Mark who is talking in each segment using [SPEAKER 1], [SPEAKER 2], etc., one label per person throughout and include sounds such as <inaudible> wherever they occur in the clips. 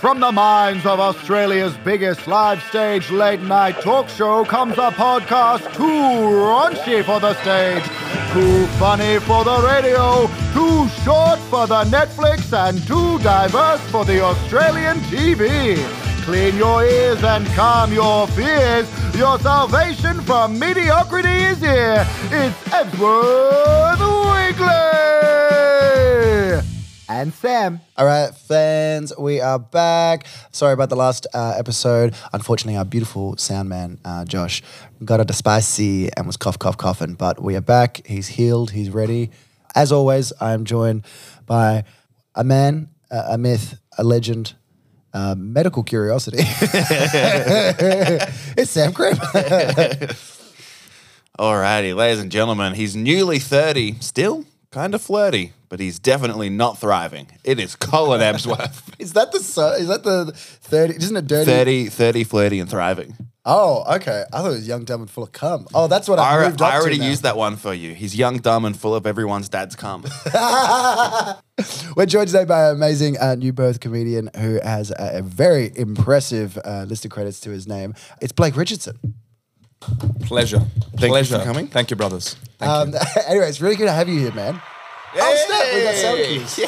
[SPEAKER 1] From the minds of Australia's biggest live stage late night talk show comes a podcast too raunchy for the stage, too funny for the radio, too short for the Netflix, and too diverse for the Australian TV. Clean your ears and calm your fears. Your salvation from mediocrity is here. It's Edward Wigley! And Sam.
[SPEAKER 2] All right, fans, we are back. Sorry about the last uh, episode. Unfortunately, our beautiful sound man, uh, Josh, got a spicy and was cough, cough, coughing. But we are back. He's healed. He's ready. As always, I am joined by a man, a, a myth, a legend, a medical curiosity. <laughs> it's Sam Crimp.
[SPEAKER 3] Alrighty, ladies and gentlemen, he's newly 30, still kind of flirty, but he's definitely not thriving. It is Colin Ebsworth.
[SPEAKER 2] <laughs> is that the so- is that the thirty? Isn't it dirty?
[SPEAKER 3] 30, 30, flirty, and thriving.
[SPEAKER 2] Oh, okay. I thought it was young, dumb, and full of cum. Oh, that's what I,
[SPEAKER 3] I,
[SPEAKER 2] moved up
[SPEAKER 3] I already
[SPEAKER 2] to now.
[SPEAKER 3] used that one for you. He's young, dumb, and full of everyone's dad's cum.
[SPEAKER 2] We're joined today by an amazing uh, new birth comedian who has a, a very impressive uh, list of credits to his name. It's Blake Richardson.
[SPEAKER 4] Pleasure.
[SPEAKER 3] Thank you for
[SPEAKER 4] Pleasure.
[SPEAKER 3] coming.
[SPEAKER 4] Thank
[SPEAKER 2] <laughs>
[SPEAKER 4] you, brothers. Thank
[SPEAKER 2] Um, anyway, it's really good to have you here, man. Oh, snap, we got sound cues.
[SPEAKER 4] you.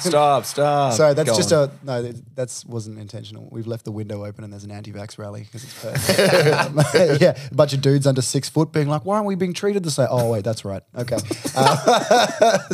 [SPEAKER 4] Stop, stop.
[SPEAKER 2] Sorry, that's
[SPEAKER 4] Go
[SPEAKER 2] just
[SPEAKER 4] on.
[SPEAKER 2] a no. That wasn't intentional. We've left the window open, and there's an anti-vax rally because
[SPEAKER 4] <laughs>
[SPEAKER 2] it's Perth. <laughs> yeah, a bunch of dudes under six foot being like, "Why aren't we being treated the same?" Oh wait, that's right.
[SPEAKER 4] <laughs>
[SPEAKER 2] Okay, Uh, <laughs>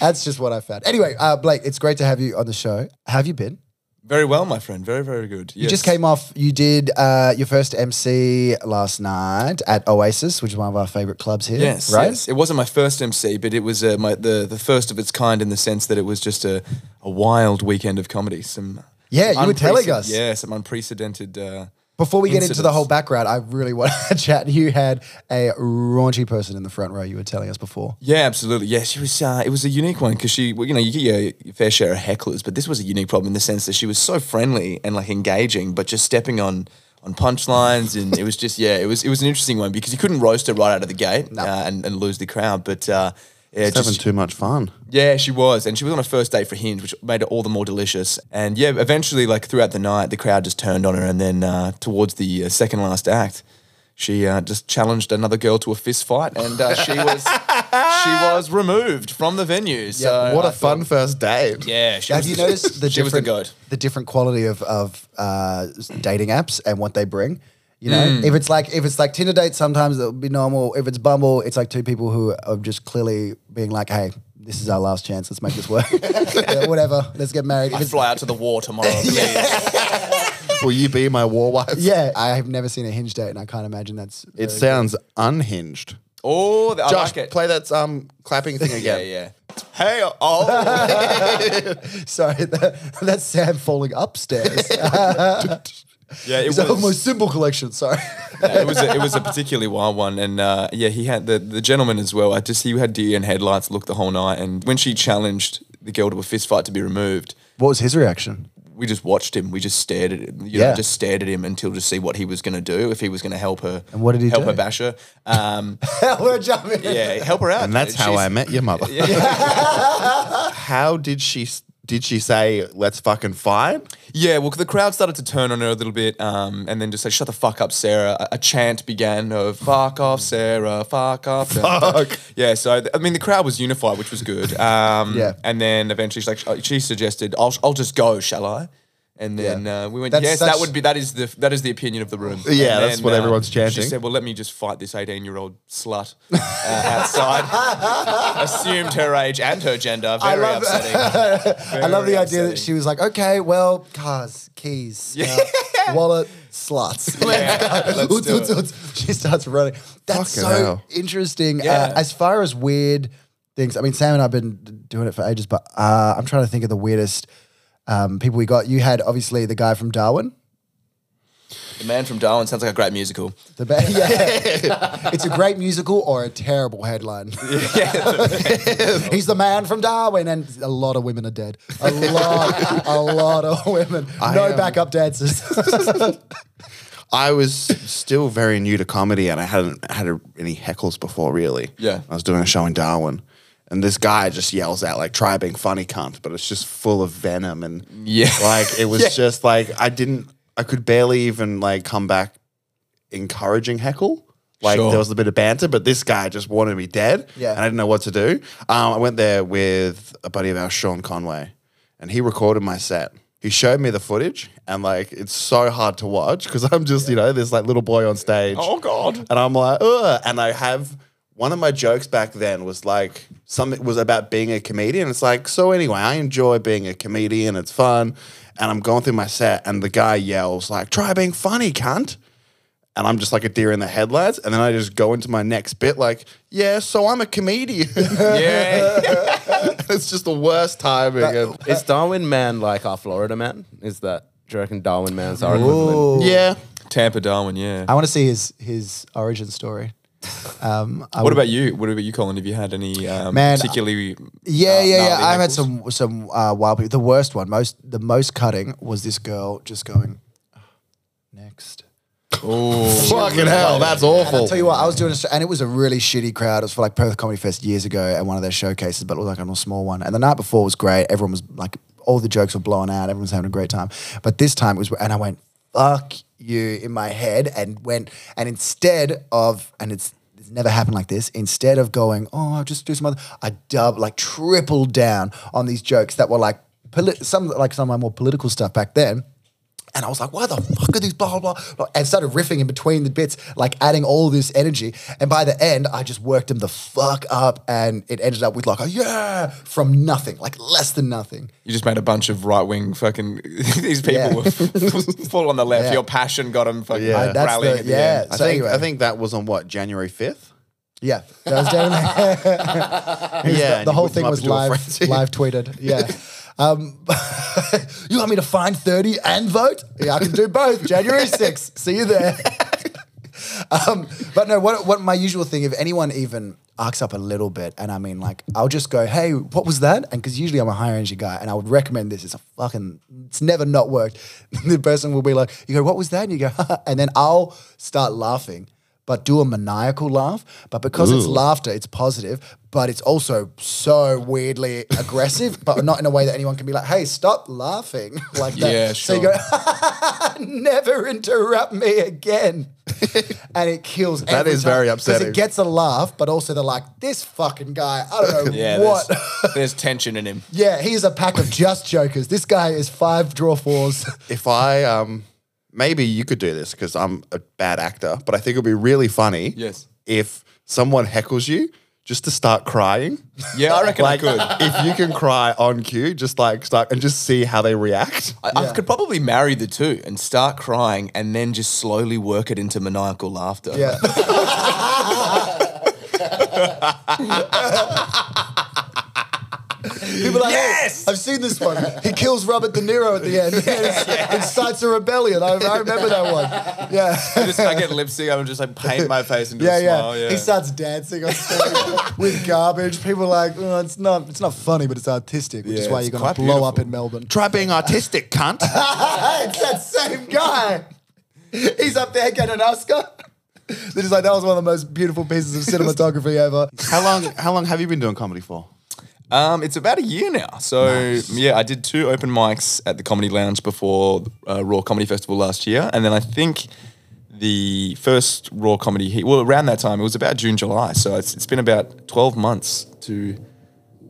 [SPEAKER 2] that's just what I found. Anyway, uh, Blake, it's great to have you on the show. How have you been?
[SPEAKER 4] Very well, my friend. Very, very good.
[SPEAKER 2] You just came off. You did uh, your first MC last night at Oasis, which is one of our favorite clubs here.
[SPEAKER 4] Yes,
[SPEAKER 2] right.
[SPEAKER 4] yes. It wasn't my first MC, but it was uh, my, the the first of its kind in the sense that it was just a, a wild weekend of comedy. Some
[SPEAKER 2] Yeah,
[SPEAKER 4] some
[SPEAKER 2] you were telling
[SPEAKER 4] unprecedented-
[SPEAKER 2] us.
[SPEAKER 4] Yeah, some unprecedented. Uh,
[SPEAKER 2] Before we get into the
[SPEAKER 4] Incidents.
[SPEAKER 2] whole background, I really want to <laughs> chat. You had a raunchy person in the front row. You were telling us before.
[SPEAKER 4] Yeah, absolutely. Yeah, she was. Uh, it was a unique one because she, well, you know, you get your, your fair share of hecklers, but this was a unique problem in the sense that she was so friendly and like engaging, but just stepping on on punchlines, and it was just yeah, it was it was an interesting one because you couldn't roast her right out of the gate uh, and, and lose the crowd, but uh, yeah,
[SPEAKER 3] having
[SPEAKER 4] just,
[SPEAKER 3] too much fun.
[SPEAKER 4] yeah, she was, and she was on a first date for Hinge, which made it all the more delicious. And yeah, eventually, like throughout the night, the crowd just turned on her, and then uh, towards the uh, second last act, she uh, just challenged another girl to a fist fight, and uh, she was she was removed from the venue. So
[SPEAKER 3] what
[SPEAKER 4] a
[SPEAKER 3] a fun first date.
[SPEAKER 4] yeah! She
[SPEAKER 2] Have
[SPEAKER 4] was
[SPEAKER 2] you
[SPEAKER 4] the- <laughs>
[SPEAKER 2] noticed the
[SPEAKER 4] she was the
[SPEAKER 2] different
[SPEAKER 4] goat?
[SPEAKER 2] the different quality of of uh, dating apps and what they bring? You know,
[SPEAKER 4] Hmm.
[SPEAKER 2] if it's like if it's like Tinder dates, sometimes it'll be normal. If it's Bumble, it's like two people who are just clearly being like, "Hey, this is our last chance. Let's make this
[SPEAKER 4] <laughs>
[SPEAKER 2] work. Yeah, whatever. Let's get married." If
[SPEAKER 4] I
[SPEAKER 2] it's-
[SPEAKER 4] fly out to the war tomorrow. yeah.
[SPEAKER 3] Will you be my war wife?
[SPEAKER 2] yeah, I have never seen a hinge date, and I can't imagine that's.
[SPEAKER 3] It
[SPEAKER 2] very-
[SPEAKER 3] sounds unhinged.
[SPEAKER 4] Oh, I
[SPEAKER 3] Josh,
[SPEAKER 4] like it.
[SPEAKER 3] play that um clapping thing
[SPEAKER 4] yeah,
[SPEAKER 3] again.
[SPEAKER 4] yeah.
[SPEAKER 3] Hey, oh.
[SPEAKER 2] <laughs> Sorry, that, that's Sam falling upstairs.
[SPEAKER 4] Yeah, <laughs> it
[SPEAKER 2] <laughs> It's my symbol collection. Sorry.
[SPEAKER 4] Yeah, it was a, it was a particularly wild one, and uh, yeah, he had the the gentleman as well. I just he had deer in headlights, looked the whole night, and when she challenged the girl to a fist fight to be removed,
[SPEAKER 2] What was his reaction?
[SPEAKER 4] we just watched him. We just stared at him, you
[SPEAKER 2] Yeah.
[SPEAKER 4] know, just stared at him until to see what he was going to do, if he was going to help her.
[SPEAKER 2] And what did he
[SPEAKER 4] help
[SPEAKER 2] do?
[SPEAKER 4] her bash her? Um,
[SPEAKER 2] <laughs> We're jumping.
[SPEAKER 4] yeah, help her out.
[SPEAKER 3] and that's how
[SPEAKER 4] She's-
[SPEAKER 3] I met your mother. how did she did she say let's fucking fight?
[SPEAKER 4] Yeah, well, the crowd started to turn on her a little bit, um, and then just say, "Shut the fuck up, Sarah." A, a chant began of "Fuck off, Sarah." Fuck off.
[SPEAKER 2] <laughs>
[SPEAKER 4] Sarah."
[SPEAKER 3] Fuck.
[SPEAKER 4] Yeah, so th- I mean, the crowd was unified, which was good.
[SPEAKER 2] <laughs>
[SPEAKER 4] Um,
[SPEAKER 2] Yeah.
[SPEAKER 4] And then eventually, she's like, uh, she suggested, "I'll, I'll just go, shall I?" And then uh, we went,
[SPEAKER 2] That's
[SPEAKER 4] "Yes,
[SPEAKER 2] such-
[SPEAKER 4] that would be that is the that is the opinion of the room."
[SPEAKER 3] Yeah,
[SPEAKER 4] And uh,
[SPEAKER 3] that's what everyone's
[SPEAKER 4] She
[SPEAKER 3] chanting.
[SPEAKER 4] said, "Well, let me just fight this eighteen-year-old slut uh, outside."
[SPEAKER 2] <laughs>
[SPEAKER 4] Assumed her age and her gender. Very
[SPEAKER 2] love- <laughs>
[SPEAKER 4] upsetting.
[SPEAKER 2] I love the idea
[SPEAKER 4] Very
[SPEAKER 2] that
[SPEAKER 4] upsetting.
[SPEAKER 2] she was like, okay, well, cars, keys, uh, <laughs> wallet, slots.
[SPEAKER 4] <laughs> Yeah, let's
[SPEAKER 2] Oots,
[SPEAKER 4] do
[SPEAKER 2] oots,
[SPEAKER 4] it.
[SPEAKER 2] oots. She starts running. That's
[SPEAKER 3] Fucking
[SPEAKER 2] so
[SPEAKER 3] hell.
[SPEAKER 2] interesting.
[SPEAKER 4] Yeah.
[SPEAKER 2] Uh, as far as weird things, I mean, Sam and I've been d- doing it for ages, but uh, I'm trying to think of the weirdest um, people we got. You had obviously the guy from Darwin.
[SPEAKER 4] The Man from Darwin sounds like a great musical.
[SPEAKER 2] The ba- <laughs> yeah. it's a great musical or a terrible <laughs> headline. He's the man from Darwin, and a lot of women are dead. A lot, a lot of women. no
[SPEAKER 3] um,
[SPEAKER 2] backup dancers.
[SPEAKER 3] I was still very new to comedy and I hadn't had a- any heckles before, really.
[SPEAKER 4] Yeah.
[SPEAKER 3] I was doing a show in Darwin And this guy just yells out like, "Try being funny, cunt!" But it's just full of venom and
[SPEAKER 4] Yeah.
[SPEAKER 3] <laughs> like it was
[SPEAKER 4] Yeah.
[SPEAKER 3] just like I didn't, I could barely even like come back encouraging heckle. Like
[SPEAKER 4] Sure.
[SPEAKER 3] there was a bit of banter, but this guy just wanted me dead.
[SPEAKER 2] Yeah.
[SPEAKER 3] and I didn't know what to do. Um, I went there with a buddy of ours, Sean Conway, and he recorded my set. He showed me the footage, and like it's so hard to watch because I'm just you know this like little boy on stage.
[SPEAKER 4] Oh, God.
[SPEAKER 3] And I'm like, ugh. And I have one of my jokes back then was like something was about being a comedian. It's like, so anyway, I enjoy being a comedian. It's fun. And I'm going through my set and the guy yells, like, try being funny, cunt. And I'm just like a deer in the headlights. And then I just go into my next bit, like, yeah, so I'm a comedian.
[SPEAKER 4] <laughs>
[SPEAKER 3] <laughs>
[SPEAKER 2] <laughs>
[SPEAKER 4] Yeah.
[SPEAKER 3] it's just the worst timing. and-
[SPEAKER 5] Is Darwin Man like our Florida man? Is that do you reckon Darwin Man's our equivalent?
[SPEAKER 3] yeah.
[SPEAKER 4] Tampa Darwin, yeah.
[SPEAKER 2] I want to see his his origin story. Um, I
[SPEAKER 4] What
[SPEAKER 2] would-
[SPEAKER 4] about you? What about you, Colin? Have you had any um,
[SPEAKER 2] Man,
[SPEAKER 4] particularly?
[SPEAKER 2] Yeah,
[SPEAKER 4] uh,
[SPEAKER 2] yeah, yeah.
[SPEAKER 4] gnarly
[SPEAKER 2] I've had
[SPEAKER 4] heckles?
[SPEAKER 2] some some uh, wild people. The worst one, most the most cutting was this girl just going next.
[SPEAKER 3] Fucking hell, that's awful.
[SPEAKER 2] I'll tell you what, I was doing a, st- and it was a really shitty crowd. It was for like Perth Comedy Fest years ago at one of their showcases, but it was like on a small one. And the night before was great. Everyone was like, all the jokes were blowing out. Everyone was having a great time. But this time it was, and I went, fuck you in my head and went, and instead of, and it's, it's never happened like this. Instead of going, oh, I'll just do some other, I dub like tripled down on these jokes that were like, polit- some like some of my more political stuff back then. And I was like, why the fuck are these blah, blah, blah? And started riffing in between the bits, like adding all this energy. And by the end, I just worked him the fuck up. And it ended up with like, a yeah, from nothing, like less than nothing.
[SPEAKER 4] You just made a bunch of right wing fucking. <laughs> these people
[SPEAKER 2] Yeah.
[SPEAKER 4] were <laughs> full on the left.
[SPEAKER 2] Yeah.
[SPEAKER 4] Your passion got them fucking
[SPEAKER 3] Yeah. I-
[SPEAKER 2] that's
[SPEAKER 4] rallying
[SPEAKER 2] the-
[SPEAKER 4] at the
[SPEAKER 2] yeah.
[SPEAKER 4] end.
[SPEAKER 3] I,
[SPEAKER 2] So
[SPEAKER 3] think,
[SPEAKER 2] anyway.
[SPEAKER 3] I think that was on what, January 5th?
[SPEAKER 2] Yeah. That was
[SPEAKER 3] <laughs>
[SPEAKER 2] definitely. <laughs>
[SPEAKER 3] Yeah.
[SPEAKER 2] the whole thing
[SPEAKER 3] and
[SPEAKER 2] was
[SPEAKER 3] you whipped them up
[SPEAKER 2] live,
[SPEAKER 3] into a frenzy.
[SPEAKER 2] live tweeted. Yeah.
[SPEAKER 3] <laughs>
[SPEAKER 2] Um, <laughs> you want me to find 30 and vote? Yeah, I can do both. January 6th. See you there. um, but no, what, what my usual thing, if anyone even arcs up a little bit, and I mean, like, I'll just go, hey, what was that? And because usually I'm a higher energy guy, and I would recommend this. It's a fucking, it's never not worked. <laughs> the person will be like, you go, what was that? And you go, and then I'll start laughing. But do a maniacal laugh, but because it's laughter, it's positive, but it's also so weirdly aggressive, but not in a way that anyone can be like, hey, stop laughing <laughs> like that.
[SPEAKER 4] Yeah,
[SPEAKER 2] So you
[SPEAKER 4] sure.
[SPEAKER 2] go, never interrupt me
[SPEAKER 3] <laughs>
[SPEAKER 2] again. and it kills.
[SPEAKER 3] That is very upsetting.
[SPEAKER 2] Because it gets a laugh, but also they're like, this fucking guy, I
[SPEAKER 3] <laughs>
[SPEAKER 2] don't know
[SPEAKER 4] Yeah,
[SPEAKER 2] what.
[SPEAKER 4] There's, there's tension in him.
[SPEAKER 2] <laughs> yeah, he is a pack of just jokers. This guy is five draw fours. <laughs>
[SPEAKER 3] if I um maybe you could do this because I'm a bad actor, but I think it'd be really funny.
[SPEAKER 4] Yes.
[SPEAKER 3] If someone heckles you, just to start crying.
[SPEAKER 4] Yeah, <laughs> I reckon I could. I,
[SPEAKER 3] if you can cry on cue, just like start and just see how they react.
[SPEAKER 4] I
[SPEAKER 2] Yeah.
[SPEAKER 4] could probably marry the two and start crying and then just slowly work it into maniacal laughter.
[SPEAKER 2] yeah. <laughs> People are like, yes! I've seen this one. He kills Robert De Niro at the end. <laughs> Incites a rebellion. I, I remember that one. Yeah.
[SPEAKER 4] I <laughs> just I get lipstick. I'm just like paint my face
[SPEAKER 2] <laughs>
[SPEAKER 4] into
[SPEAKER 2] yeah,
[SPEAKER 4] a
[SPEAKER 2] yeah.
[SPEAKER 4] smile. Yeah.
[SPEAKER 2] He starts dancing on
[SPEAKER 4] <laughs>
[SPEAKER 2] stage with garbage. People are like, oh, it's not, it's not funny, but it's artistic, which is
[SPEAKER 4] Yeah,
[SPEAKER 2] why
[SPEAKER 4] it's
[SPEAKER 2] you're gonna
[SPEAKER 4] quite
[SPEAKER 2] blow up in
[SPEAKER 4] <laughs>
[SPEAKER 2] Melbourne. <laughs>
[SPEAKER 3] Try being artistic, cunt.
[SPEAKER 2] it's that same guy. He's up there getting an Oscar. They're just like, that was one of the most beautiful pieces of
[SPEAKER 4] <laughs>
[SPEAKER 2] cinematography ever.
[SPEAKER 3] <laughs> how long how long have you been doing comedy for?
[SPEAKER 4] Um, it's about a year now. So yeah, I did two open mics at the Comedy Lounge before uh, Raw Comedy Festival last year, and then I think the first Raw Comedy Heat. Well, around that time, it was about June, July. So it's, it's been about twelve months to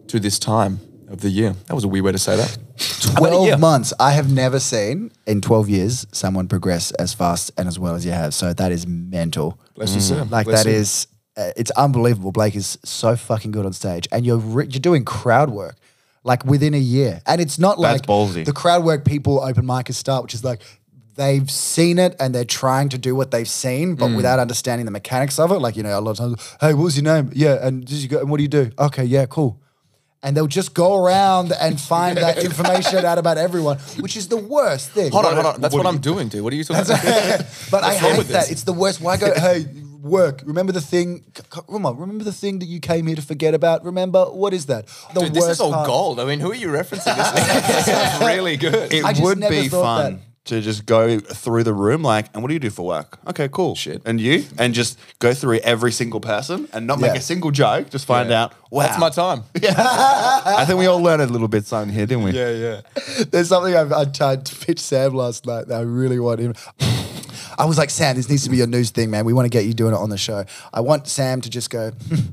[SPEAKER 4] to this time of the year. That was a weird way to say that. About a year.
[SPEAKER 2] 12 months. I have never seen in 12 years someone progress as fast and as well as you have. So that is mental.
[SPEAKER 4] Bless you, sir.
[SPEAKER 2] Like
[SPEAKER 4] Bless
[SPEAKER 2] that
[SPEAKER 4] you.
[SPEAKER 2] is, uh, it's unbelievable. Blake is so fucking good on stage, and you're re- you're doing crowd work like within a year, and it's not
[SPEAKER 3] That's
[SPEAKER 2] like
[SPEAKER 3] ballsy.
[SPEAKER 2] the crowd work people open micers start, which is like they've seen it and they're trying to do what they've seen,
[SPEAKER 4] Mm.
[SPEAKER 2] but without understanding the mechanics of it. Like you know, a lot of times, hey, what was your name? Yeah, and did you go? And what do you do? Okay, yeah, cool. And they'll just go around and find that information out about everyone, which is the worst thing
[SPEAKER 4] Hold
[SPEAKER 2] <laughs>
[SPEAKER 4] on, hold on. That's what,
[SPEAKER 3] What do
[SPEAKER 4] I'm doing, dude. What are you talking about?
[SPEAKER 2] but I
[SPEAKER 4] What's wrong
[SPEAKER 2] hate
[SPEAKER 4] with
[SPEAKER 2] that.
[SPEAKER 4] this?
[SPEAKER 2] It's the worst. Why go? Hey, work. Remember the thing. c- c- Come on. Remember the thing that you came here to forget about. Remember what is that? <laughs> The
[SPEAKER 4] Dude, this is
[SPEAKER 2] worst
[SPEAKER 4] all
[SPEAKER 2] part.
[SPEAKER 4] gold. I mean, who are you referencing? This, is- this is really good.
[SPEAKER 3] It
[SPEAKER 2] I just
[SPEAKER 3] would
[SPEAKER 2] never
[SPEAKER 3] be
[SPEAKER 2] thought
[SPEAKER 3] fun
[SPEAKER 2] that.
[SPEAKER 3] to just go through the room like, and what do you do for work? Okay, cool.
[SPEAKER 4] Shit.
[SPEAKER 3] And you? And just go through every single person and not make
[SPEAKER 2] Yeah.
[SPEAKER 3] a single joke. Just find
[SPEAKER 4] Yeah.
[SPEAKER 3] out, wow.
[SPEAKER 4] That's
[SPEAKER 3] <laughs>
[SPEAKER 4] my time.
[SPEAKER 3] I think we all learned a little bit something here, didn't we?
[SPEAKER 4] yeah.
[SPEAKER 2] There's something I, I tried to pitch Sam last night that I really want him. I was like, Sam, this needs to be your news thing, man. We want to get you doing it on the show. I want Sam to just go, "Hmm,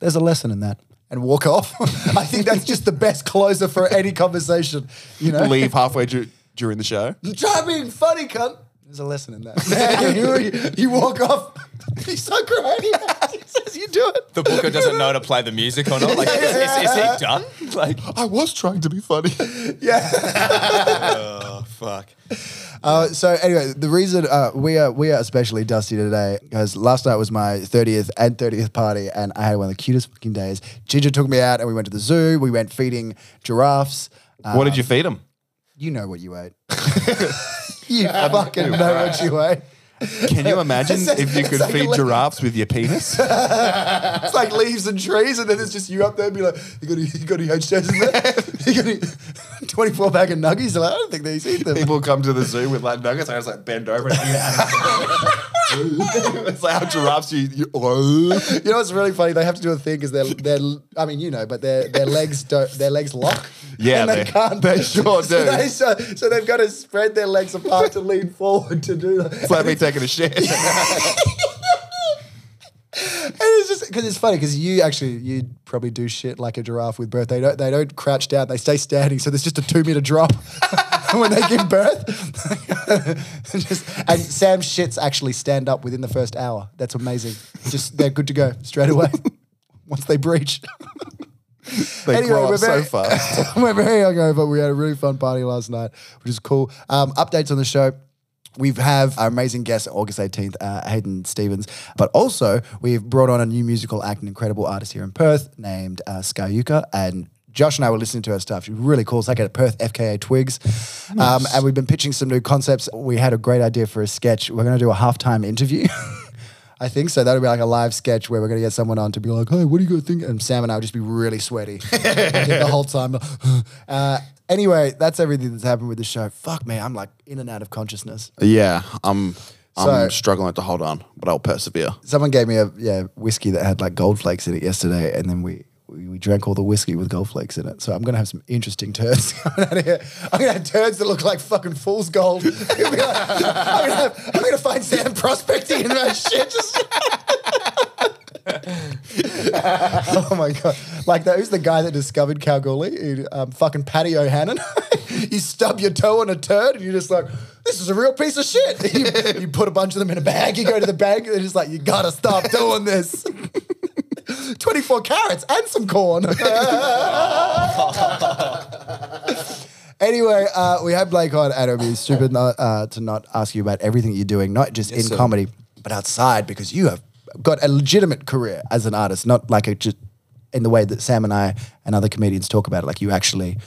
[SPEAKER 2] there's a lesson in that, and walk off. <laughs> I think that's just the best closer for any conversation, you know?
[SPEAKER 3] <laughs> Leave halfway dur- during
[SPEAKER 2] <laughs>
[SPEAKER 3] the show.
[SPEAKER 2] Try being funny, cunt. There's a lesson in that. <laughs> you, you walk off. <laughs> He's so great. <laughs> He says, you do it.
[SPEAKER 4] The booker doesn't know to play the music or not. Like, is, is, is he done? Like,
[SPEAKER 3] I was trying to be funny. <laughs>
[SPEAKER 4] oh, fuck.
[SPEAKER 2] Uh, so anyway, the reason uh, we are we are especially dusty today because last night was my thirtieth and thirtieth party, and I had one of the cutest fucking days. Ginger took me out, and we went to the zoo. We went feeding giraffes. Uh,
[SPEAKER 3] what did you feed him?
[SPEAKER 2] you know what you ate? <laughs> you fucking know what you ate.
[SPEAKER 3] Can
[SPEAKER 2] <laughs>
[SPEAKER 3] you imagine if you could
[SPEAKER 2] like a
[SPEAKER 3] feed
[SPEAKER 2] le-
[SPEAKER 3] giraffes with your penis?
[SPEAKER 2] <laughs> It's like leaves and trees, and then it's just you up there, and be like, you got any, you got any HJs in there? <laughs> you got any twenty four bag of nuggies? I'm like, I don't think these eat them.
[SPEAKER 3] <laughs> People come to the zoo with like nuggets. I just like bend over. And <laughs> it's like how giraffes you. <laughs> you
[SPEAKER 2] You know what's really funny? They have to do a thing because their their I mean you know, but their their legs don't their legs lock.
[SPEAKER 3] Yeah,
[SPEAKER 2] and they,
[SPEAKER 3] they-
[SPEAKER 2] can't.
[SPEAKER 3] they sure
[SPEAKER 2] So,
[SPEAKER 3] do.
[SPEAKER 2] they, so, so they've got to spread their legs apart to lean forward to do that.
[SPEAKER 3] it's like me taking a shit.
[SPEAKER 2] And it's just because it's funny because you actually you probably do shit like a giraffe with birth. They don't they don't crouch down. They stay standing. So there's just a two meter drop <laughs> when they give birth. <laughs> just, and Sam shits actually stand up within the first hour. That's amazing. Just they're good to go straight away once they <laughs> breach.
[SPEAKER 3] They
[SPEAKER 2] Anyway,
[SPEAKER 3] grow
[SPEAKER 2] we're
[SPEAKER 3] up so
[SPEAKER 2] very- <laughs>
[SPEAKER 3] fast.
[SPEAKER 2] We're very hungover. We had a really fun party last night, which is cool. Um, updates on the show. We have our amazing guest August 18th, uh, Hayden Stevens. But also, we've brought on a new musical act and incredible artist here in Perth named uh, Skayuka. And Josh and I were listening to her stuff. She's really cool. It's like at Perth FKA Twigs. Um, and we've been pitching some new concepts. We had a great idea for a sketch. We're going to do a halftime interview. <laughs> I think so. That'll be like a live sketch where we're gonna get someone on to be like, "Hey, what do you guys think?" And Sam and I will just be really sweaty the whole time. Uh, anyway, that's everything that's happened with the show. Fuck me, I'm like in and out of consciousness.
[SPEAKER 3] Yeah, I'm. I'm
[SPEAKER 2] So-
[SPEAKER 3] struggling to hold on, but I'll persevere.
[SPEAKER 2] Someone gave me a yeah whiskey that had like gold flakes in it yesterday, and then we. We we drank all the whiskey with gold flakes in it, so I'm gonna have some interesting <laughs> turds coming out of here. I'm gonna have turds that look like fucking fool's gold. <laughs> I'm gonna, I'm gonna have- I'm gonna find Sam prospecting and that shit. Just <laughs> Oh my god! Like that, who's the guy that discovered Kalgoorlie? Who, um, fucking Paddy O'Hannon. <laughs> you stub your toe on a turd, and you're just like, "This is a real piece of shit." <laughs> You, you put a bunch of them in a bag. You go to the bank, and they're just like, "You gotta stop doing this." Twenty-four carrots and some corn. Anyway, uh, we had Blake on, and it would be stupid not, uh, to not ask you about everything you're doing, not just in
[SPEAKER 4] sir.
[SPEAKER 2] comedy, but outside, because you have got a legitimate career as an artist, not like a, just in the way that Sam and I and other comedians talk about it. Like you actually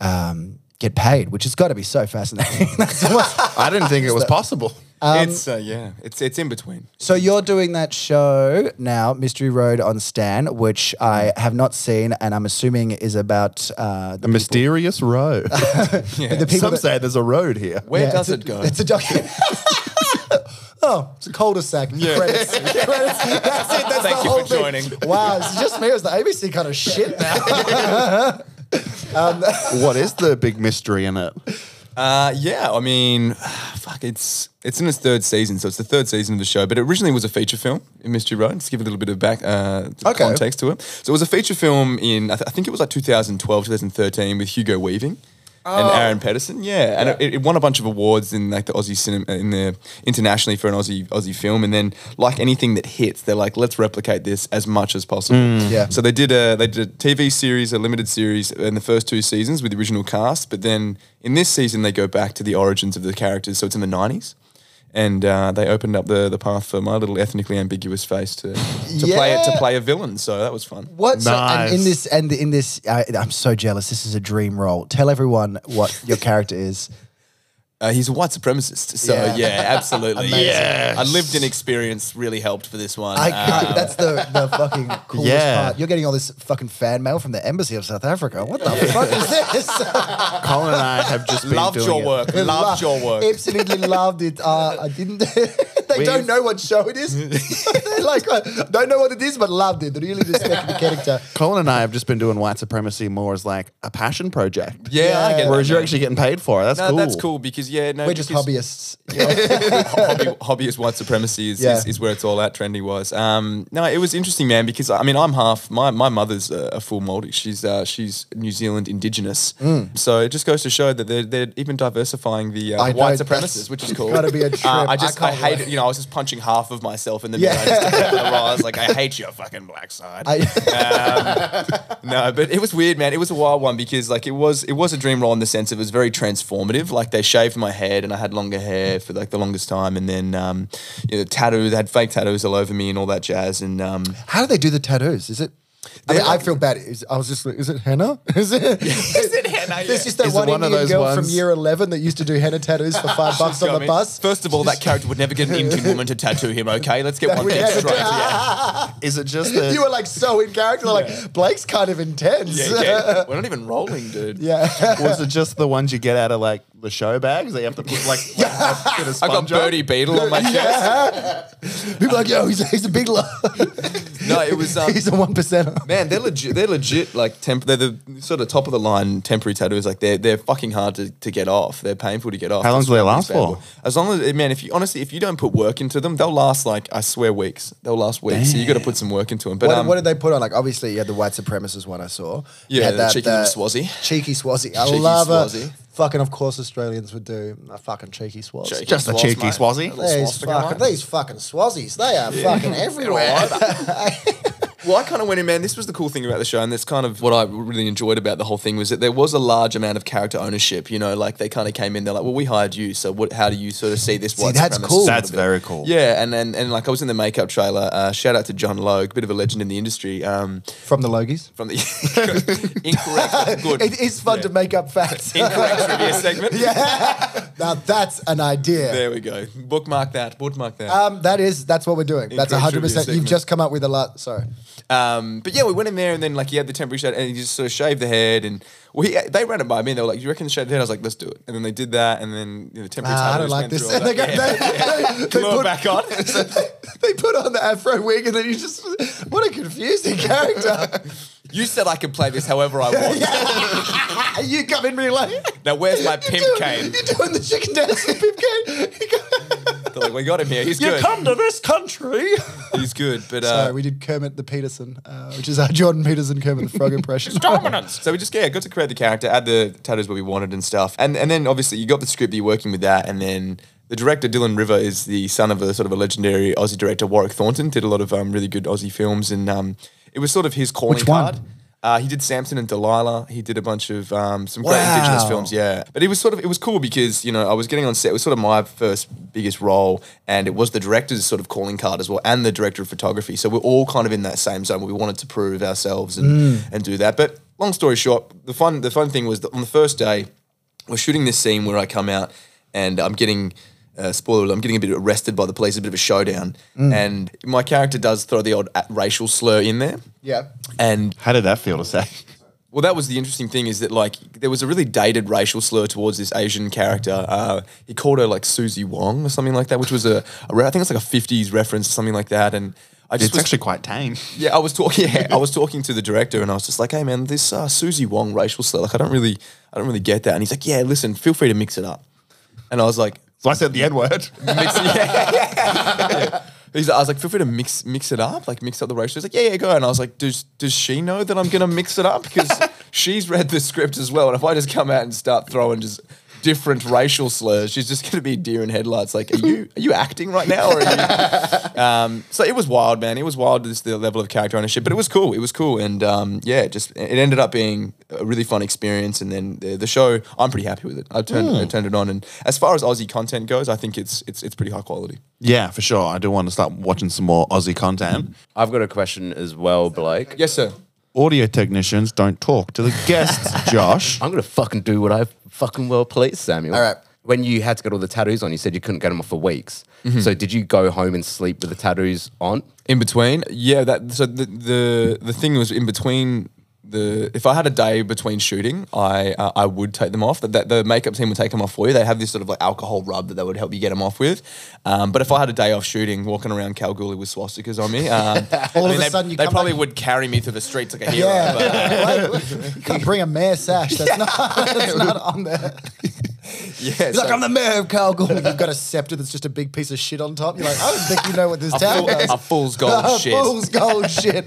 [SPEAKER 2] um, get paid, which has got to be so fascinating. <laughs> That's what-
[SPEAKER 3] I didn't think it was possible.
[SPEAKER 4] it's, uh, yeah, it's, it's in between.
[SPEAKER 2] so you're doing that show now, Mystery Road on Stan, which I have not seen, and I'm assuming is about uh,
[SPEAKER 3] A mysterious <laughs> road.
[SPEAKER 2] the people.
[SPEAKER 3] Some
[SPEAKER 2] that-
[SPEAKER 3] say there's a road here.
[SPEAKER 4] Where
[SPEAKER 2] Yeah,
[SPEAKER 4] does
[SPEAKER 2] it's a-
[SPEAKER 4] it go?
[SPEAKER 2] It's a document. <laughs> oh, it's a cul-de-sac. Credits. Credits. That's it. That's
[SPEAKER 4] Thank
[SPEAKER 2] the
[SPEAKER 4] you
[SPEAKER 2] whole
[SPEAKER 4] for
[SPEAKER 2] thing.
[SPEAKER 4] joining.
[SPEAKER 2] Wow, it's just me. It was the ABC kind of shit now.
[SPEAKER 4] <laughs>
[SPEAKER 3] What is the big mystery in it?
[SPEAKER 4] Uh, yeah, I mean, <sighs> fuck, it's it's in its third season, so it's the third season of the show. But it originally was a feature film in Mystery Road. Let's give a little bit of back uh,
[SPEAKER 2] Okay.
[SPEAKER 4] context to it. So it was a feature film in I, th- I think it was like 2012, 2013 with Hugo Weaving. And Aaron Pedersen, yeah, and It, it won a bunch of awards in like the Aussie cinema, in the internationally for an Aussie Aussie film, and then like anything that hits, they're like, let's replicate this as much as possible.
[SPEAKER 2] Yeah.
[SPEAKER 4] So they did a they did a TV series, a limited series in the first two seasons with the original cast, but then in this season they go back to the origins of the characters. So it's in the nineties, and uh, they opened up the the path for my little ethnically ambiguous face to to play it to
[SPEAKER 2] Yeah.
[SPEAKER 4] play a villain. So that was fun.
[SPEAKER 2] What? So, and in
[SPEAKER 3] Nice.
[SPEAKER 2] this, and in this, I, I'm so jealous. This is a dream role. Tell everyone what your character is.
[SPEAKER 4] Uh, he's a white supremacist, so
[SPEAKER 2] Yeah.
[SPEAKER 4] yeah, absolutely.
[SPEAKER 2] <laughs> Amazing.
[SPEAKER 4] I lived in experience really helped for this one.
[SPEAKER 2] I
[SPEAKER 4] Um,
[SPEAKER 2] can't, that's the, the fucking coolest
[SPEAKER 3] Yeah.
[SPEAKER 2] part. You're getting all this fucking fan mail from the embassy of South Africa. What the fuck is this? <laughs>
[SPEAKER 3] Colin and I have just been
[SPEAKER 4] loved
[SPEAKER 3] doing
[SPEAKER 4] your
[SPEAKER 3] it.
[SPEAKER 4] work. Loved your work.
[SPEAKER 2] Absolutely loved it. Uh, I didn't. <laughs> they
[SPEAKER 3] We've-
[SPEAKER 2] don't know what show
[SPEAKER 4] <laughs>
[SPEAKER 2] it is. They're like, uh, don't know what it is, but loved it. Really respect the character.
[SPEAKER 3] Colin and I have just been doing white supremacy more as like a passion project.
[SPEAKER 4] Yeah, I get that,
[SPEAKER 3] Whereas you're
[SPEAKER 4] man.
[SPEAKER 3] actually getting paid for it. That's
[SPEAKER 4] no,
[SPEAKER 3] cool.
[SPEAKER 4] that's cool because yeah, no,
[SPEAKER 2] We're just
[SPEAKER 4] because-
[SPEAKER 2] hobbyists.
[SPEAKER 4] hobby, hobbyist white supremacy is,
[SPEAKER 2] Yeah.
[SPEAKER 4] is, is where it's all at trendy wise. Um, no, it was interesting, man, because I mean, I'm half. My, my mother's a, a full Māori. She's uh, she's New Zealand Indigenous. So it just goes to show that they're, they're even diversifying the
[SPEAKER 2] Mm. I
[SPEAKER 4] uh,
[SPEAKER 2] know,
[SPEAKER 4] white
[SPEAKER 2] that's
[SPEAKER 4] supremacists, which is cool.
[SPEAKER 2] gotta be a trip.
[SPEAKER 4] Uh,
[SPEAKER 2] I
[SPEAKER 4] I just I,
[SPEAKER 2] can't
[SPEAKER 4] hate
[SPEAKER 2] wait.
[SPEAKER 4] it. You know, I was just punching half of myself in the
[SPEAKER 2] Yeah.
[SPEAKER 4] mirror. I, just didn't have the raw. I was like, I hate your fucking black side.
[SPEAKER 2] <laughs> I,
[SPEAKER 4] No, but it was weird, man. It was a wild one because like it was it was a dream role in the sense it was very transformative. Like they shaved my head and I had longer hair for like the longest time, and then um, you know, tattoo they had fake tattoos all over me and all that jazz. And um,
[SPEAKER 2] how do they do the tattoos? Is it? I, mean,
[SPEAKER 4] They're
[SPEAKER 2] I feel bad. Is, I was just like, is it henna? <laughs> Is it? is it henna? There's just that
[SPEAKER 3] Is it
[SPEAKER 2] one
[SPEAKER 3] one of
[SPEAKER 2] Indian
[SPEAKER 3] those
[SPEAKER 2] girl
[SPEAKER 3] ones-
[SPEAKER 2] from year 11 that used to do henna tattoos for five bucks on
[SPEAKER 4] I
[SPEAKER 2] the
[SPEAKER 4] mean,
[SPEAKER 2] bus.
[SPEAKER 4] First of all, that character would never get an Indian woman to tattoo him. Okay, let's
[SPEAKER 2] <laughs>
[SPEAKER 4] get one thing straight. Yeah.
[SPEAKER 3] Is it just that
[SPEAKER 2] You were like so in character. Like Blake's kind of intense.
[SPEAKER 4] Yeah, yeah. We're not even rolling,
[SPEAKER 2] <laughs>
[SPEAKER 4] dude.
[SPEAKER 2] yeah.
[SPEAKER 3] was it just the ones you get out of like the show bags that you have to put like, like a bit of
[SPEAKER 4] I've got
[SPEAKER 3] sponge on?
[SPEAKER 4] Birdie
[SPEAKER 2] <laughs>
[SPEAKER 4] Beetle on my chest.
[SPEAKER 2] People are like, yo, he's, he's a big love.
[SPEAKER 4] <laughs> No, it was
[SPEAKER 2] <laughs>
[SPEAKER 4] um,
[SPEAKER 2] he's a one percenter.
[SPEAKER 4] Man, they're legit. They're legit. Like temp. They're the sort of top of the line temporary tattoos. Like they're they're fucking hard to, to get off. They're painful to get off.
[SPEAKER 3] How long do they
[SPEAKER 4] It's
[SPEAKER 3] last
[SPEAKER 4] bad.
[SPEAKER 3] for?
[SPEAKER 4] As long as man, if you honestly, if you don't put work into them, they'll last like I swear weeks. They'll last weeks. So you got to put some work into them. But
[SPEAKER 2] What,
[SPEAKER 4] um,
[SPEAKER 2] what did they put on? Like, obviously, you had the white supremacist one I saw. You
[SPEAKER 4] Yeah,
[SPEAKER 2] had
[SPEAKER 4] the cheeky little Swazi.
[SPEAKER 2] Cheeky Swazi. I
[SPEAKER 4] Cheeky
[SPEAKER 2] love it.
[SPEAKER 4] Swazi.
[SPEAKER 2] Fucking, of course, Australians would do a fucking cheeky Swazi.
[SPEAKER 4] cheeky
[SPEAKER 3] Just a
[SPEAKER 4] swaz,
[SPEAKER 3] cheeky
[SPEAKER 4] mate.
[SPEAKER 3] swazi.
[SPEAKER 4] Little
[SPEAKER 2] These
[SPEAKER 4] swastika,
[SPEAKER 2] fucking,
[SPEAKER 4] mate.
[SPEAKER 2] these fucking Swazis, they are fucking everywhere. <laughs>
[SPEAKER 4] Well, I kind of went in, man. This was the cool thing about the show, and that's kind of what I really enjoyed about the whole thing was that there was a large amount of character ownership. You know, like they kind of came in, they're like, "Well, we hired you, so what? How do you sort of see this?"
[SPEAKER 2] See,
[SPEAKER 4] white
[SPEAKER 2] that's
[SPEAKER 4] supremacist
[SPEAKER 2] cool.
[SPEAKER 4] sort of
[SPEAKER 3] That's
[SPEAKER 4] bit?
[SPEAKER 3] very cool.
[SPEAKER 4] Yeah, and then and like I was in the makeup trailer. Uh, shout out to John Logue, bit of a legend in the industry. Um,
[SPEAKER 2] From the Logies.
[SPEAKER 4] from the <laughs> incorrect, but good
[SPEAKER 2] It is fun
[SPEAKER 4] Yeah.
[SPEAKER 2] to make up
[SPEAKER 4] <laughs>
[SPEAKER 2] facts.
[SPEAKER 4] incorrect trivia segment.
[SPEAKER 2] yeah. Now that's an idea.
[SPEAKER 4] There we go. Bookmark that. Bookmark that.
[SPEAKER 2] Um, that is that's what we're doing. That's
[SPEAKER 4] Incorrect
[SPEAKER 2] hundred
[SPEAKER 4] trivia
[SPEAKER 2] percent. You've
[SPEAKER 4] segment.
[SPEAKER 2] just come up with a lot. Sorry.
[SPEAKER 4] Um, but yeah, we went in there and then like he had the temporary shade and he just sort of shaved the head and well, he, they ran it by me and they were like, "Do you reckon the shaved head?" I was like, "Let's do it." And then they did that and then you know, the temporary.
[SPEAKER 2] Ah, I don't
[SPEAKER 4] tattoos
[SPEAKER 2] like
[SPEAKER 4] went
[SPEAKER 2] this.
[SPEAKER 4] through. I
[SPEAKER 2] And <laughs> they,
[SPEAKER 4] was
[SPEAKER 2] got,
[SPEAKER 4] like, "Yeah."
[SPEAKER 2] they,
[SPEAKER 4] <laughs>
[SPEAKER 2] they
[SPEAKER 4] Glue it
[SPEAKER 2] put, <laughs>
[SPEAKER 4] back on.
[SPEAKER 2] they put on the afro wig, and then you just what a confusing character.
[SPEAKER 4] you said I could play this however
[SPEAKER 2] <laughs>
[SPEAKER 4] I want.
[SPEAKER 2] you come in me like
[SPEAKER 4] Now where's
[SPEAKER 2] <laughs>
[SPEAKER 4] my
[SPEAKER 2] you're
[SPEAKER 4] pimp
[SPEAKER 2] doing-
[SPEAKER 4] cane?
[SPEAKER 2] You're doing the chicken dance, with pimp cane. <laughs> You go-
[SPEAKER 4] They're like, "We got him here. He's good.
[SPEAKER 3] to this country.
[SPEAKER 4] He's good." But uh,
[SPEAKER 2] Sorry, we did Kermit the Peterson, uh, which is our Jordan Peterson Kermit the Frog impression.
[SPEAKER 4] So we just yeah got to create the character, add the tattoos where we wanted and stuff, and and then obviously you got the script, you're working with that, and then the director Dylan River is the son of a sort of a legendary Aussie director Warwick Thornton, did a lot of um, really good Aussie films, and um, it was sort of his calling
[SPEAKER 2] Which one?
[SPEAKER 4] card. Uh, he did Samson and Delilah. He did a bunch of um, some great
[SPEAKER 2] Wow.
[SPEAKER 4] indigenous films, yeah. But it was sort of it was cool because you know I was getting on set. It was sort of my first biggest role, and it was the director's sort of calling card as well, and the director of photography. So we're all kind of in that same zone. We wanted to prove ourselves and
[SPEAKER 2] Mm.
[SPEAKER 4] and do that. But long story short, the fun the fun thing was that on the first day, we're shooting this scene where I come out and I'm getting. Uh, spoiler alert, I'm getting a bit arrested by the police, a bit of a showdown.
[SPEAKER 2] Mm.
[SPEAKER 4] And my character does throw the odd uh, racial slur in there.
[SPEAKER 2] yeah.
[SPEAKER 4] And
[SPEAKER 3] How did that feel to say?
[SPEAKER 4] well, that was the interesting thing is that like there was a really dated racial slur towards this Asian character. Uh, he called her like Susie Wong or something like that, which was a, a re- I think it's like a '50s reference or something like that. And I just
[SPEAKER 3] It's <laughs>
[SPEAKER 4] was-
[SPEAKER 3] actually quite tame.
[SPEAKER 4] yeah, I was talking. <laughs> Yeah, I was talking to the director, and I was just like, "Hey, man, this uh, Susie Wong racial slur. Like, I don't really, I don't really get that." And he's like, "Yeah, listen, feel free to mix it up." And I was like,
[SPEAKER 3] So I said the N word.
[SPEAKER 4] mix, yeah, Yeah. He's, I was like, feel free to mix mix it up, like mix up the ratio. He's like, yeah, yeah, go. And I was like, does does she know that I'm gonna mix it up because she's read the script as well? And if I just come out and start throwing just different racial slurs, she's just gonna be deer in headlights. Like, are you are you acting right now? Or are <laughs> you? um, so it was wild, man. It was wild. Just the level of character ownership, but it was cool. It was cool, and um, yeah, it just it ended up being a really fun experience. And then the, the show, I'm pretty happy with it. I turned I turned it on, and as far as Aussie content goes, I think it's it's it's pretty high quality.
[SPEAKER 3] Yeah, for sure. I do want to start watching some more Aussie content.
[SPEAKER 5] I've got a question as well, Blake.
[SPEAKER 4] Yes, sir.
[SPEAKER 3] Audio technicians don't talk to the guests, Josh.
[SPEAKER 5] I'm gonna fucking do what I fucking well please, Samuel.
[SPEAKER 2] All right.
[SPEAKER 5] when you had to get all the tattoos on, you said you couldn't get them off for weeks. So did you go home and sleep with the tattoos on?
[SPEAKER 4] In between, yeah. That so the the, the thing was in between the if I had a day between shooting, I uh, I would take them off. That, that the makeup team would take them off for you. They have this sort of like alcohol rub that they would help you get them off with. Um, but if I had a day off shooting, walking around Kalgoorlie with swastikas on me, um,
[SPEAKER 2] <laughs> All of a
[SPEAKER 4] they,
[SPEAKER 2] sudden you
[SPEAKER 4] they
[SPEAKER 2] come
[SPEAKER 4] probably
[SPEAKER 2] back-
[SPEAKER 4] would carry me through the streets like a hero.
[SPEAKER 2] <laughs> Yeah.
[SPEAKER 4] But, uh,
[SPEAKER 2] <laughs> Like, you can't bring a mayor sash. That's,
[SPEAKER 4] <laughs>
[SPEAKER 2] not, that's not on there.
[SPEAKER 4] yeah,
[SPEAKER 2] He's
[SPEAKER 4] so-
[SPEAKER 2] like, I'm the mayor of Kalgoorlie. <laughs> You've got a scepter that's just a big piece of shit on top. You're like, I don't think you know what this town
[SPEAKER 4] fool-
[SPEAKER 2] does.
[SPEAKER 4] a fool's gold
[SPEAKER 2] <laughs> A
[SPEAKER 4] shit.
[SPEAKER 2] fool's
[SPEAKER 4] <laughs>
[SPEAKER 2] gold shit.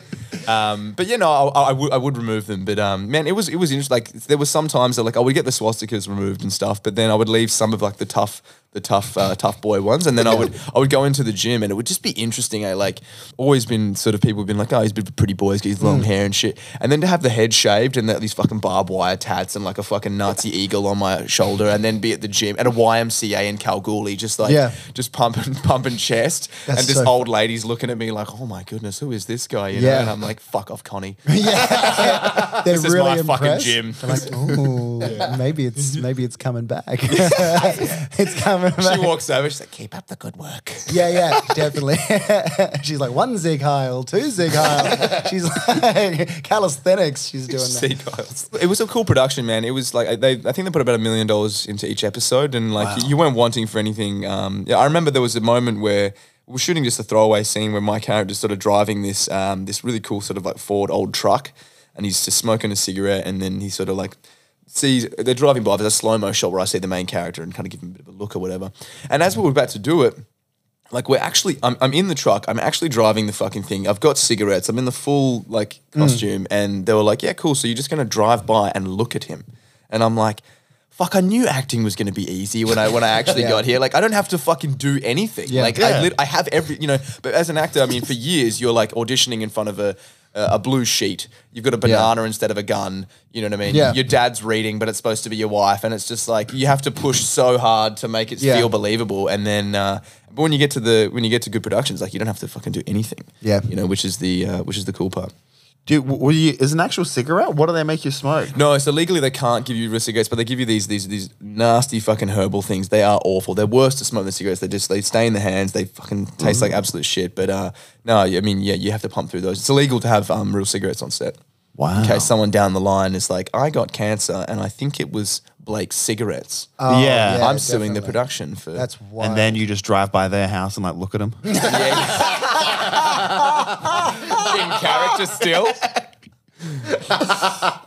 [SPEAKER 4] Um, but you know, I, I, would, I would remove them. But um, man, it was it was interesting. Like there was some times that like I would get the swastikas removed and stuff, but then I would leave some of like the tough the tough uh, tough boy ones, and then I would I would go into the gym, and it would just be interesting. I like always been sort of people have been like, oh, he's a bit of a pretty boy, he's got his
[SPEAKER 2] Mm.
[SPEAKER 4] long hair and shit, and then to have the head shaved and that, these fucking barbed wire tats and like a fucking Nazi eagle on my shoulder, and then be at the gym at a YMCA in Kalgoorlie, just like
[SPEAKER 2] Yeah.
[SPEAKER 4] just pumping pumping chest,
[SPEAKER 2] That's
[SPEAKER 4] and this
[SPEAKER 2] so
[SPEAKER 4] old lady's looking at me like, oh my goodness, who is this guy? You know,
[SPEAKER 2] Yeah.
[SPEAKER 4] and I'm like, fuck
[SPEAKER 2] <laughs>
[SPEAKER 4] off, Connie.
[SPEAKER 2] Yeah, they're
[SPEAKER 4] This is
[SPEAKER 2] really
[SPEAKER 4] my fucking
[SPEAKER 2] impressed.
[SPEAKER 4] gym.
[SPEAKER 2] They're like, ooh, maybe it's maybe it's coming back.
[SPEAKER 4] <laughs>
[SPEAKER 2] <laughs> it's coming back.
[SPEAKER 4] She walks over, she's like, keep up the good work.
[SPEAKER 2] Yeah, yeah, definitely. <laughs> she's like one zig heil, two zig
[SPEAKER 4] <laughs>
[SPEAKER 2] heil. she's like <laughs> calisthenics. She's doing that.
[SPEAKER 4] Seagulls. It was a cool production, man. It was like they, I think they put about a million dollars into each episode, and like you weren't wanting for anything. Um, yeah, I remember there was a moment where we were shooting just a throwaway scene where my character's sort of driving this um, this really cool sort of like Ford old truck, and he's just smoking a cigarette, and then he sort of like sees they're driving by. There's a slow mo shot where I see the main character and kind of give him a bit of a look or whatever. And as we were about to do it like we're actually I'm, I'm in the truck i'm actually driving the fucking thing i've got cigarettes i'm in the full like costume and they were like yeah cool so you're just going to drive by and look at him and i'm like fuck i knew acting was going to be easy when i when i actually got here like i don't have to fucking do anything like I, lit- I have every you know but as an actor i mean for years you're like auditioning in front of a a blue sheet you've got a banana instead of a gun you know what i mean
[SPEAKER 2] Yeah.
[SPEAKER 4] your dad's reading but it's supposed to be your wife and it's just like you have to push so hard to make it
[SPEAKER 2] Yeah.
[SPEAKER 4] feel believable. And then, uh, but when you get to the when you get to good productions, like you don't have to fucking do anything.
[SPEAKER 2] Yeah.
[SPEAKER 4] you know, which is the uh, which is the cool part.
[SPEAKER 3] Do w- will you, is an actual cigarette? What do they make you smoke?
[SPEAKER 4] No, so legally they can't give you real cigarettes, but they give you these these these nasty fucking herbal things. They are awful. They're worse to smoke than cigarettes. They just they stay in the hands. They fucking
[SPEAKER 2] Mm-hmm.
[SPEAKER 4] taste like absolute shit. But uh, no, I mean yeah, you have to pump through those. It's illegal to have um, real cigarettes on set.
[SPEAKER 3] Wow.
[SPEAKER 4] In case someone down the line is like, I got cancer and I think it was Blake's cigarettes.
[SPEAKER 2] Oh,
[SPEAKER 3] yeah.
[SPEAKER 4] I'm suing the
[SPEAKER 2] definitely.
[SPEAKER 4] production for <laughs>
[SPEAKER 2] That's wild.
[SPEAKER 3] And then you just drive by their house and like look at them.
[SPEAKER 4] Yeah. In character still.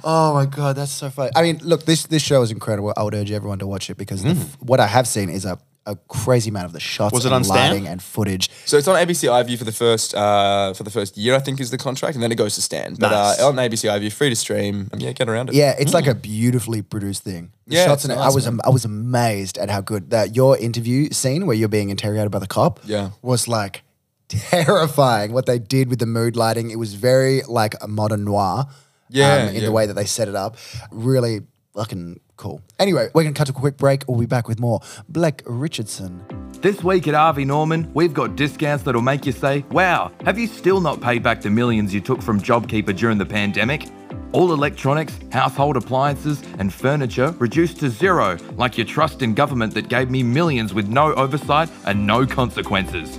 [SPEAKER 2] Oh my god, that's so funny. I mean, look, this this show is incredible. I would urge everyone to watch it because the f-
[SPEAKER 4] Mm.
[SPEAKER 2] what I have seen is a, a crazy amount of the shots
[SPEAKER 3] Was it
[SPEAKER 2] and
[SPEAKER 3] on Stan?
[SPEAKER 2] lighting and footage.
[SPEAKER 4] So it's on ABC iView for the first uh, for the first year, I think, is the contract, and then it goes to Stan. But
[SPEAKER 3] Nice.
[SPEAKER 4] uh, on ABC iView, free to stream. Um, yeah, get around it.
[SPEAKER 2] Yeah, it's like a beautifully produced thing. The
[SPEAKER 4] Yeah,
[SPEAKER 2] shots
[SPEAKER 4] it's
[SPEAKER 2] in it. I
[SPEAKER 4] nice,
[SPEAKER 2] was
[SPEAKER 4] man.
[SPEAKER 2] am- I was amazed at how good that your interview scene where you're being interrogated by the cop.
[SPEAKER 4] Yeah.
[SPEAKER 2] was like <laughs> terrifying. What they did with the mood lighting, it was very like a modern noir. um,
[SPEAKER 4] Yeah,
[SPEAKER 2] in
[SPEAKER 4] yeah.
[SPEAKER 2] the way that they set it up, really fucking cool. Anyway, we're gonna cut to a quick break. We'll be back with more Blake Richardson.
[SPEAKER 6] This week at RV Norman, we've got discounts that'll make you say, wow, have you still not paid back the millions you took from JobKeeper during the pandemic? All electronics, household appliances, and furniture reduced to zero, like your trust in government that gave me millions with no oversight and no consequences.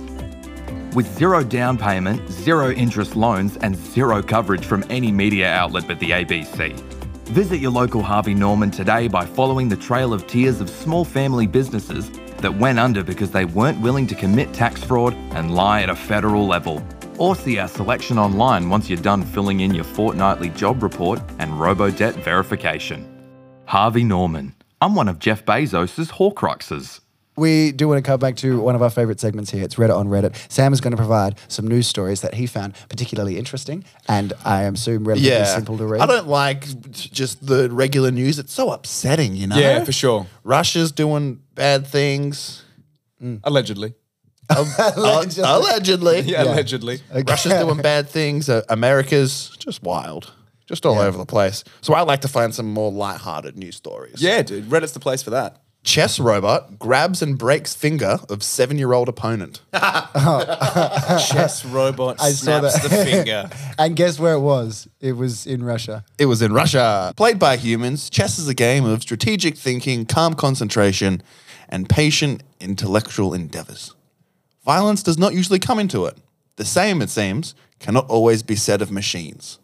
[SPEAKER 6] With zero down payment, zero interest loans, and zero coverage from any media outlet but the ABC. Visit your local Harvey Norman today by following the trail of tears of small family businesses that went under because they weren't willing to commit tax fraud and lie at a federal level. Or see our selection online once you're done filling in your fortnightly job report and robo debt verification. Harvey Norman. I'm one of Jeff Bezos' Horcruxes.
[SPEAKER 2] We do want to come back to one of our favorite segments here. It's Reddit on Reddit. Sam is going to provide some news stories that he found particularly interesting, and I assume relatively simple to read.
[SPEAKER 3] I don't like just the regular news. It's so upsetting, you know?
[SPEAKER 4] Yeah, for sure.
[SPEAKER 3] Russia's doing bad things.
[SPEAKER 4] Allegedly. <laughs>
[SPEAKER 2] Allegedly.
[SPEAKER 3] Allegedly.
[SPEAKER 4] Yeah, allegedly.
[SPEAKER 3] Russia's doing bad things. Uh, America's just wild. Just all over the place. So I like to find some more lighthearted news stories.
[SPEAKER 4] Yeah, dude. Reddit's the place for that.
[SPEAKER 3] Chess robot grabs and breaks finger of seven year old opponent.
[SPEAKER 4] Chess robot I
[SPEAKER 2] saw snaps that. the
[SPEAKER 4] finger.
[SPEAKER 2] And guess where it was? It was in Russia.
[SPEAKER 3] It was in Russia. Played by humans, chess is a game of strategic thinking, calm concentration, and patient intellectual endeavors. Violence does not usually come into it. The same, it seems, cannot always be said of machines.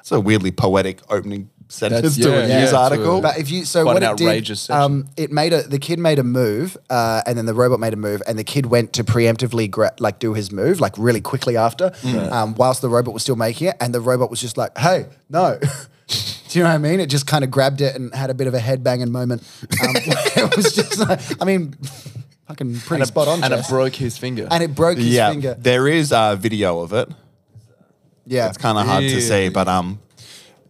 [SPEAKER 3] It's a weirdly poetic opening sentence to a
[SPEAKER 4] yeah,
[SPEAKER 3] news
[SPEAKER 4] yeah,
[SPEAKER 3] article.
[SPEAKER 4] to
[SPEAKER 2] But if you so
[SPEAKER 4] Quite
[SPEAKER 2] what
[SPEAKER 4] an
[SPEAKER 2] it did,
[SPEAKER 4] outrageous session.
[SPEAKER 2] um, it made a the kid made a move, uh, and then the robot made a move, and the kid went to preemptively gra- like do his move like really quickly after, um, whilst the robot was still making it, and the robot was just like, "Hey, no." <laughs> Do you know what I mean? It just kind of grabbed it and had a bit of a headbanging moment. Um, <laughs> it was just, like, I mean, fucking pretty spot <laughs> on.
[SPEAKER 4] and it
[SPEAKER 2] Jess.
[SPEAKER 4] broke his finger.
[SPEAKER 2] and it broke his
[SPEAKER 3] yeah,
[SPEAKER 2] finger.
[SPEAKER 3] there is a video of it.
[SPEAKER 2] Yeah,
[SPEAKER 3] It's kind of hard to see,
[SPEAKER 4] Yeah.
[SPEAKER 3] but um,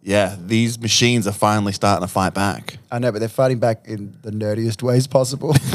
[SPEAKER 3] yeah, these machines are finally starting to fight back
[SPEAKER 2] I know, but they're fighting back in the nerdiest ways possible. <laughs>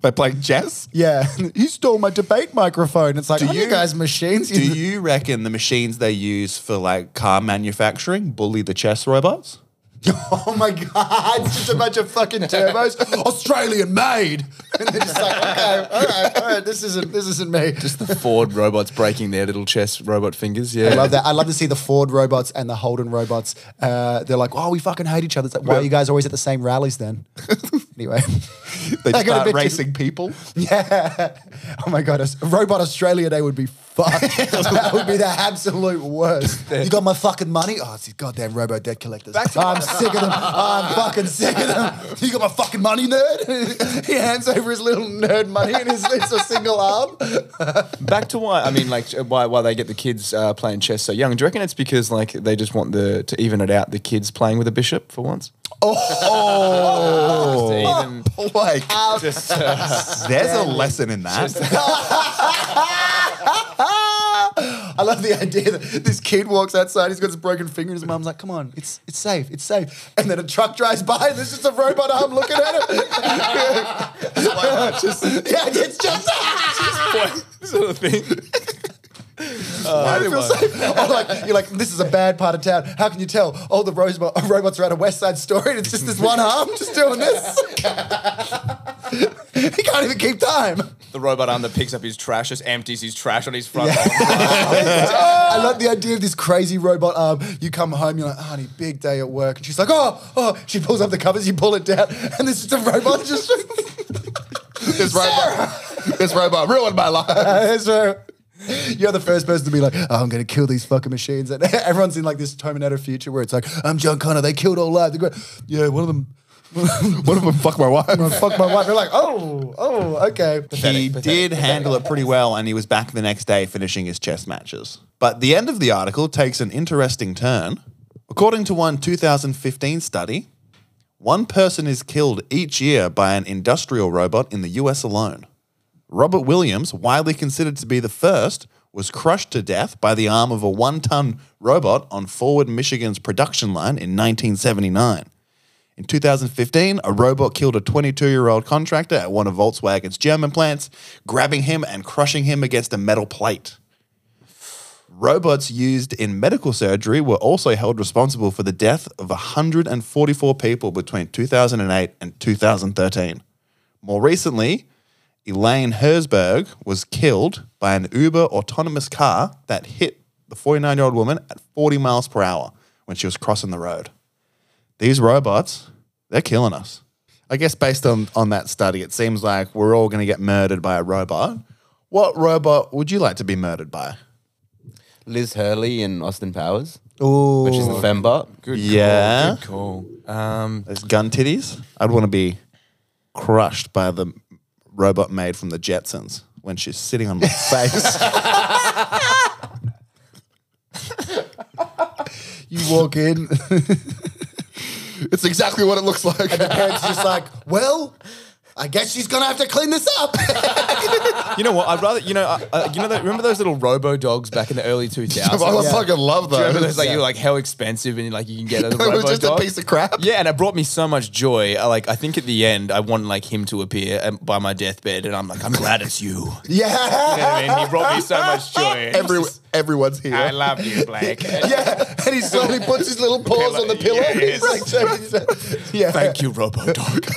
[SPEAKER 3] by playing chess.
[SPEAKER 2] yeah, <laughs> you stole my debate microphone. It's like,
[SPEAKER 3] Do
[SPEAKER 2] are you,
[SPEAKER 3] you-
[SPEAKER 2] guys machines? <laughs>
[SPEAKER 3] Do you reckon the machines they use for like car manufacturing bully the chess robots?
[SPEAKER 2] Oh my god, <laughs> it's just a bunch of fucking turbos, <laughs> Australian made, <laughs> and they're just like, okay, all right, all right, this isn't this isn't me.
[SPEAKER 4] Just the Ford robots breaking their little chess robot fingers. Yeah,
[SPEAKER 2] I love that. I love to see the Ford robots and the Holden robots. Uh, they're like, oh, we fucking hate each other. It's like, why are you guys always at the same rallies then? <laughs> anyway,
[SPEAKER 3] They
[SPEAKER 2] I got a
[SPEAKER 3] start
[SPEAKER 2] bit too-
[SPEAKER 3] racing people.
[SPEAKER 2] <laughs> yeah. Oh my god, Aus- Robot Australia Day would be fucked. <laughs> that would be the absolute worst. You got my fucking money? Oh, it's these goddamn robo debt collectors. I'm sick of them. I'm fucking sick of them. You got my fucking money, nerd? <laughs> he hands over his little nerd money and his, it's a single arm. <laughs>
[SPEAKER 4] Back to why I mean, like why why they get the kids uh, playing chess so young? Do you reckon it's because like they just want the to even it out? The kids playing with a bishop for <laughs> once. Oh,
[SPEAKER 3] Like,
[SPEAKER 4] just, uh,
[SPEAKER 3] there's a lesson in that.
[SPEAKER 2] I love the idea that this kid walks outside, he's got his broken finger, and his mum's like, come on, it's it's safe, it's safe. And then a truck drives by, and there's just a robot arm looking at <laughs> it. <laughs> yeah, it's just <laughs> ah!
[SPEAKER 4] sort of thing.
[SPEAKER 2] I don't feel safe. Or like you're like, this is a bad part of town. How can you tell? All the robot, robots <laughs> are out of West Side Story, and it's just this one arm just doing this. <laughs> he can't even keep time.
[SPEAKER 4] The robot arm that picks up his trash just empties his trash on his front. <laughs>
[SPEAKER 2] I love the idea of this crazy robot arm. You come home, you're like, honey, big day at work, and she's like, oh, oh. She pulls up the covers, you pull it down, and there's just a robot <laughs> just.
[SPEAKER 3] This robot, this robot ruined my life.
[SPEAKER 2] That's right. You're the first person to be like, oh, I'm going to kill these fucking machines. And <laughs> everyone's in like this Terminator future where it's like, I'm John Connor. They killed all life. They go, yeah, one of them.
[SPEAKER 3] What if I fuck my
[SPEAKER 2] <laughs>
[SPEAKER 3] wife?
[SPEAKER 2] I fuck my wife. They're like, oh, oh, okay.
[SPEAKER 3] He did handle it pretty well, and he was back the next day finishing his chess matches. But the end of the article takes an interesting turn. According to one 2015 study, one person is killed each year by an industrial robot in the US alone. Robert Williams, widely considered to be the first, was crushed to death by the arm of a one ton robot on Forward Michigan's production line in 1979. In 2015, a robot killed a 22 year old contractor at one of Volkswagen's German plants, grabbing him and crushing him against a metal plate. Robots used in medical surgery were also held responsible for the death of 144 people between 2008 and 2013. More recently, Elaine Herzberg was killed by an Uber autonomous car that hit the 49 year old woman at 40 miles per hour when she was crossing the road these robots, they're killing us. I guess based on, on that study, it seems like we're all going to get murdered by a robot. What robot would you like to be murdered by?
[SPEAKER 5] Liz Hurley and Austin Powers, Ooh. which is the fembot.
[SPEAKER 4] Good
[SPEAKER 3] Yeah.
[SPEAKER 4] Call, good call. Um,
[SPEAKER 3] There's gun titties. I'd want to be crushed by the robot made from the Jetsons when she's sitting on my <laughs> face.
[SPEAKER 2] You walk in, and
[SPEAKER 3] <laughs> it's exactly what it looks like.
[SPEAKER 2] the parent's just like, well, I guess she's going to have to clean this
[SPEAKER 3] <laughs>
[SPEAKER 2] up.
[SPEAKER 4] you know what? I'd rather you know uh, uh, you know that, remember those little robo dogs back in the early two <laughs> thousands.
[SPEAKER 3] fucking love
[SPEAKER 4] Do you remember those, like
[SPEAKER 3] Yeah.
[SPEAKER 4] you like how expensive and like you can
[SPEAKER 3] <laughs>
[SPEAKER 4] get a
[SPEAKER 3] It was
[SPEAKER 4] robo
[SPEAKER 3] just
[SPEAKER 4] dog?
[SPEAKER 3] a piece of crap.
[SPEAKER 4] Yeah, and it brought me so much joy. I, like I think at the end, I want like him to appear um, by my deathbed, and I'm like, I'm glad it's
[SPEAKER 3] <laughs>
[SPEAKER 4] you. you know
[SPEAKER 2] yeah.
[SPEAKER 4] what I mean? He brought me so much joy.
[SPEAKER 3] Every, everyone's here.
[SPEAKER 4] I love you, Blake.
[SPEAKER 2] Yeah. And he slowly puts his little paws on the pillow.
[SPEAKER 4] Yes.
[SPEAKER 2] Like, yeah.
[SPEAKER 4] <laughs> Thank you, Robo Dog. <laughs>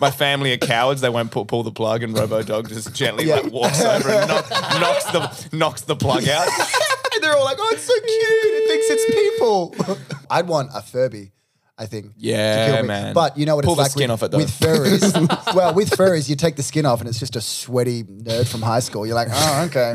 [SPEAKER 4] My family are cowards. They won't pull, pull the plug, and Robo Dog just gently
[SPEAKER 2] Yeah.
[SPEAKER 4] like, walks over and knock, knocks the knocks the plug
[SPEAKER 3] <laughs>
[SPEAKER 4] out.
[SPEAKER 2] <laughs> and they're all like, oh, it's so cute. It thinks it's people. I'd want a Furby. I think. to
[SPEAKER 4] Yeah,
[SPEAKER 2] kill me.
[SPEAKER 4] man.
[SPEAKER 2] But you know what
[SPEAKER 4] Pull
[SPEAKER 2] it's
[SPEAKER 4] the
[SPEAKER 2] like with,
[SPEAKER 4] skin off it, though.
[SPEAKER 2] with furries. <laughs> well, with furries, you take the skin off, and it's just a sweaty nerd from high school. You're like, oh, okay.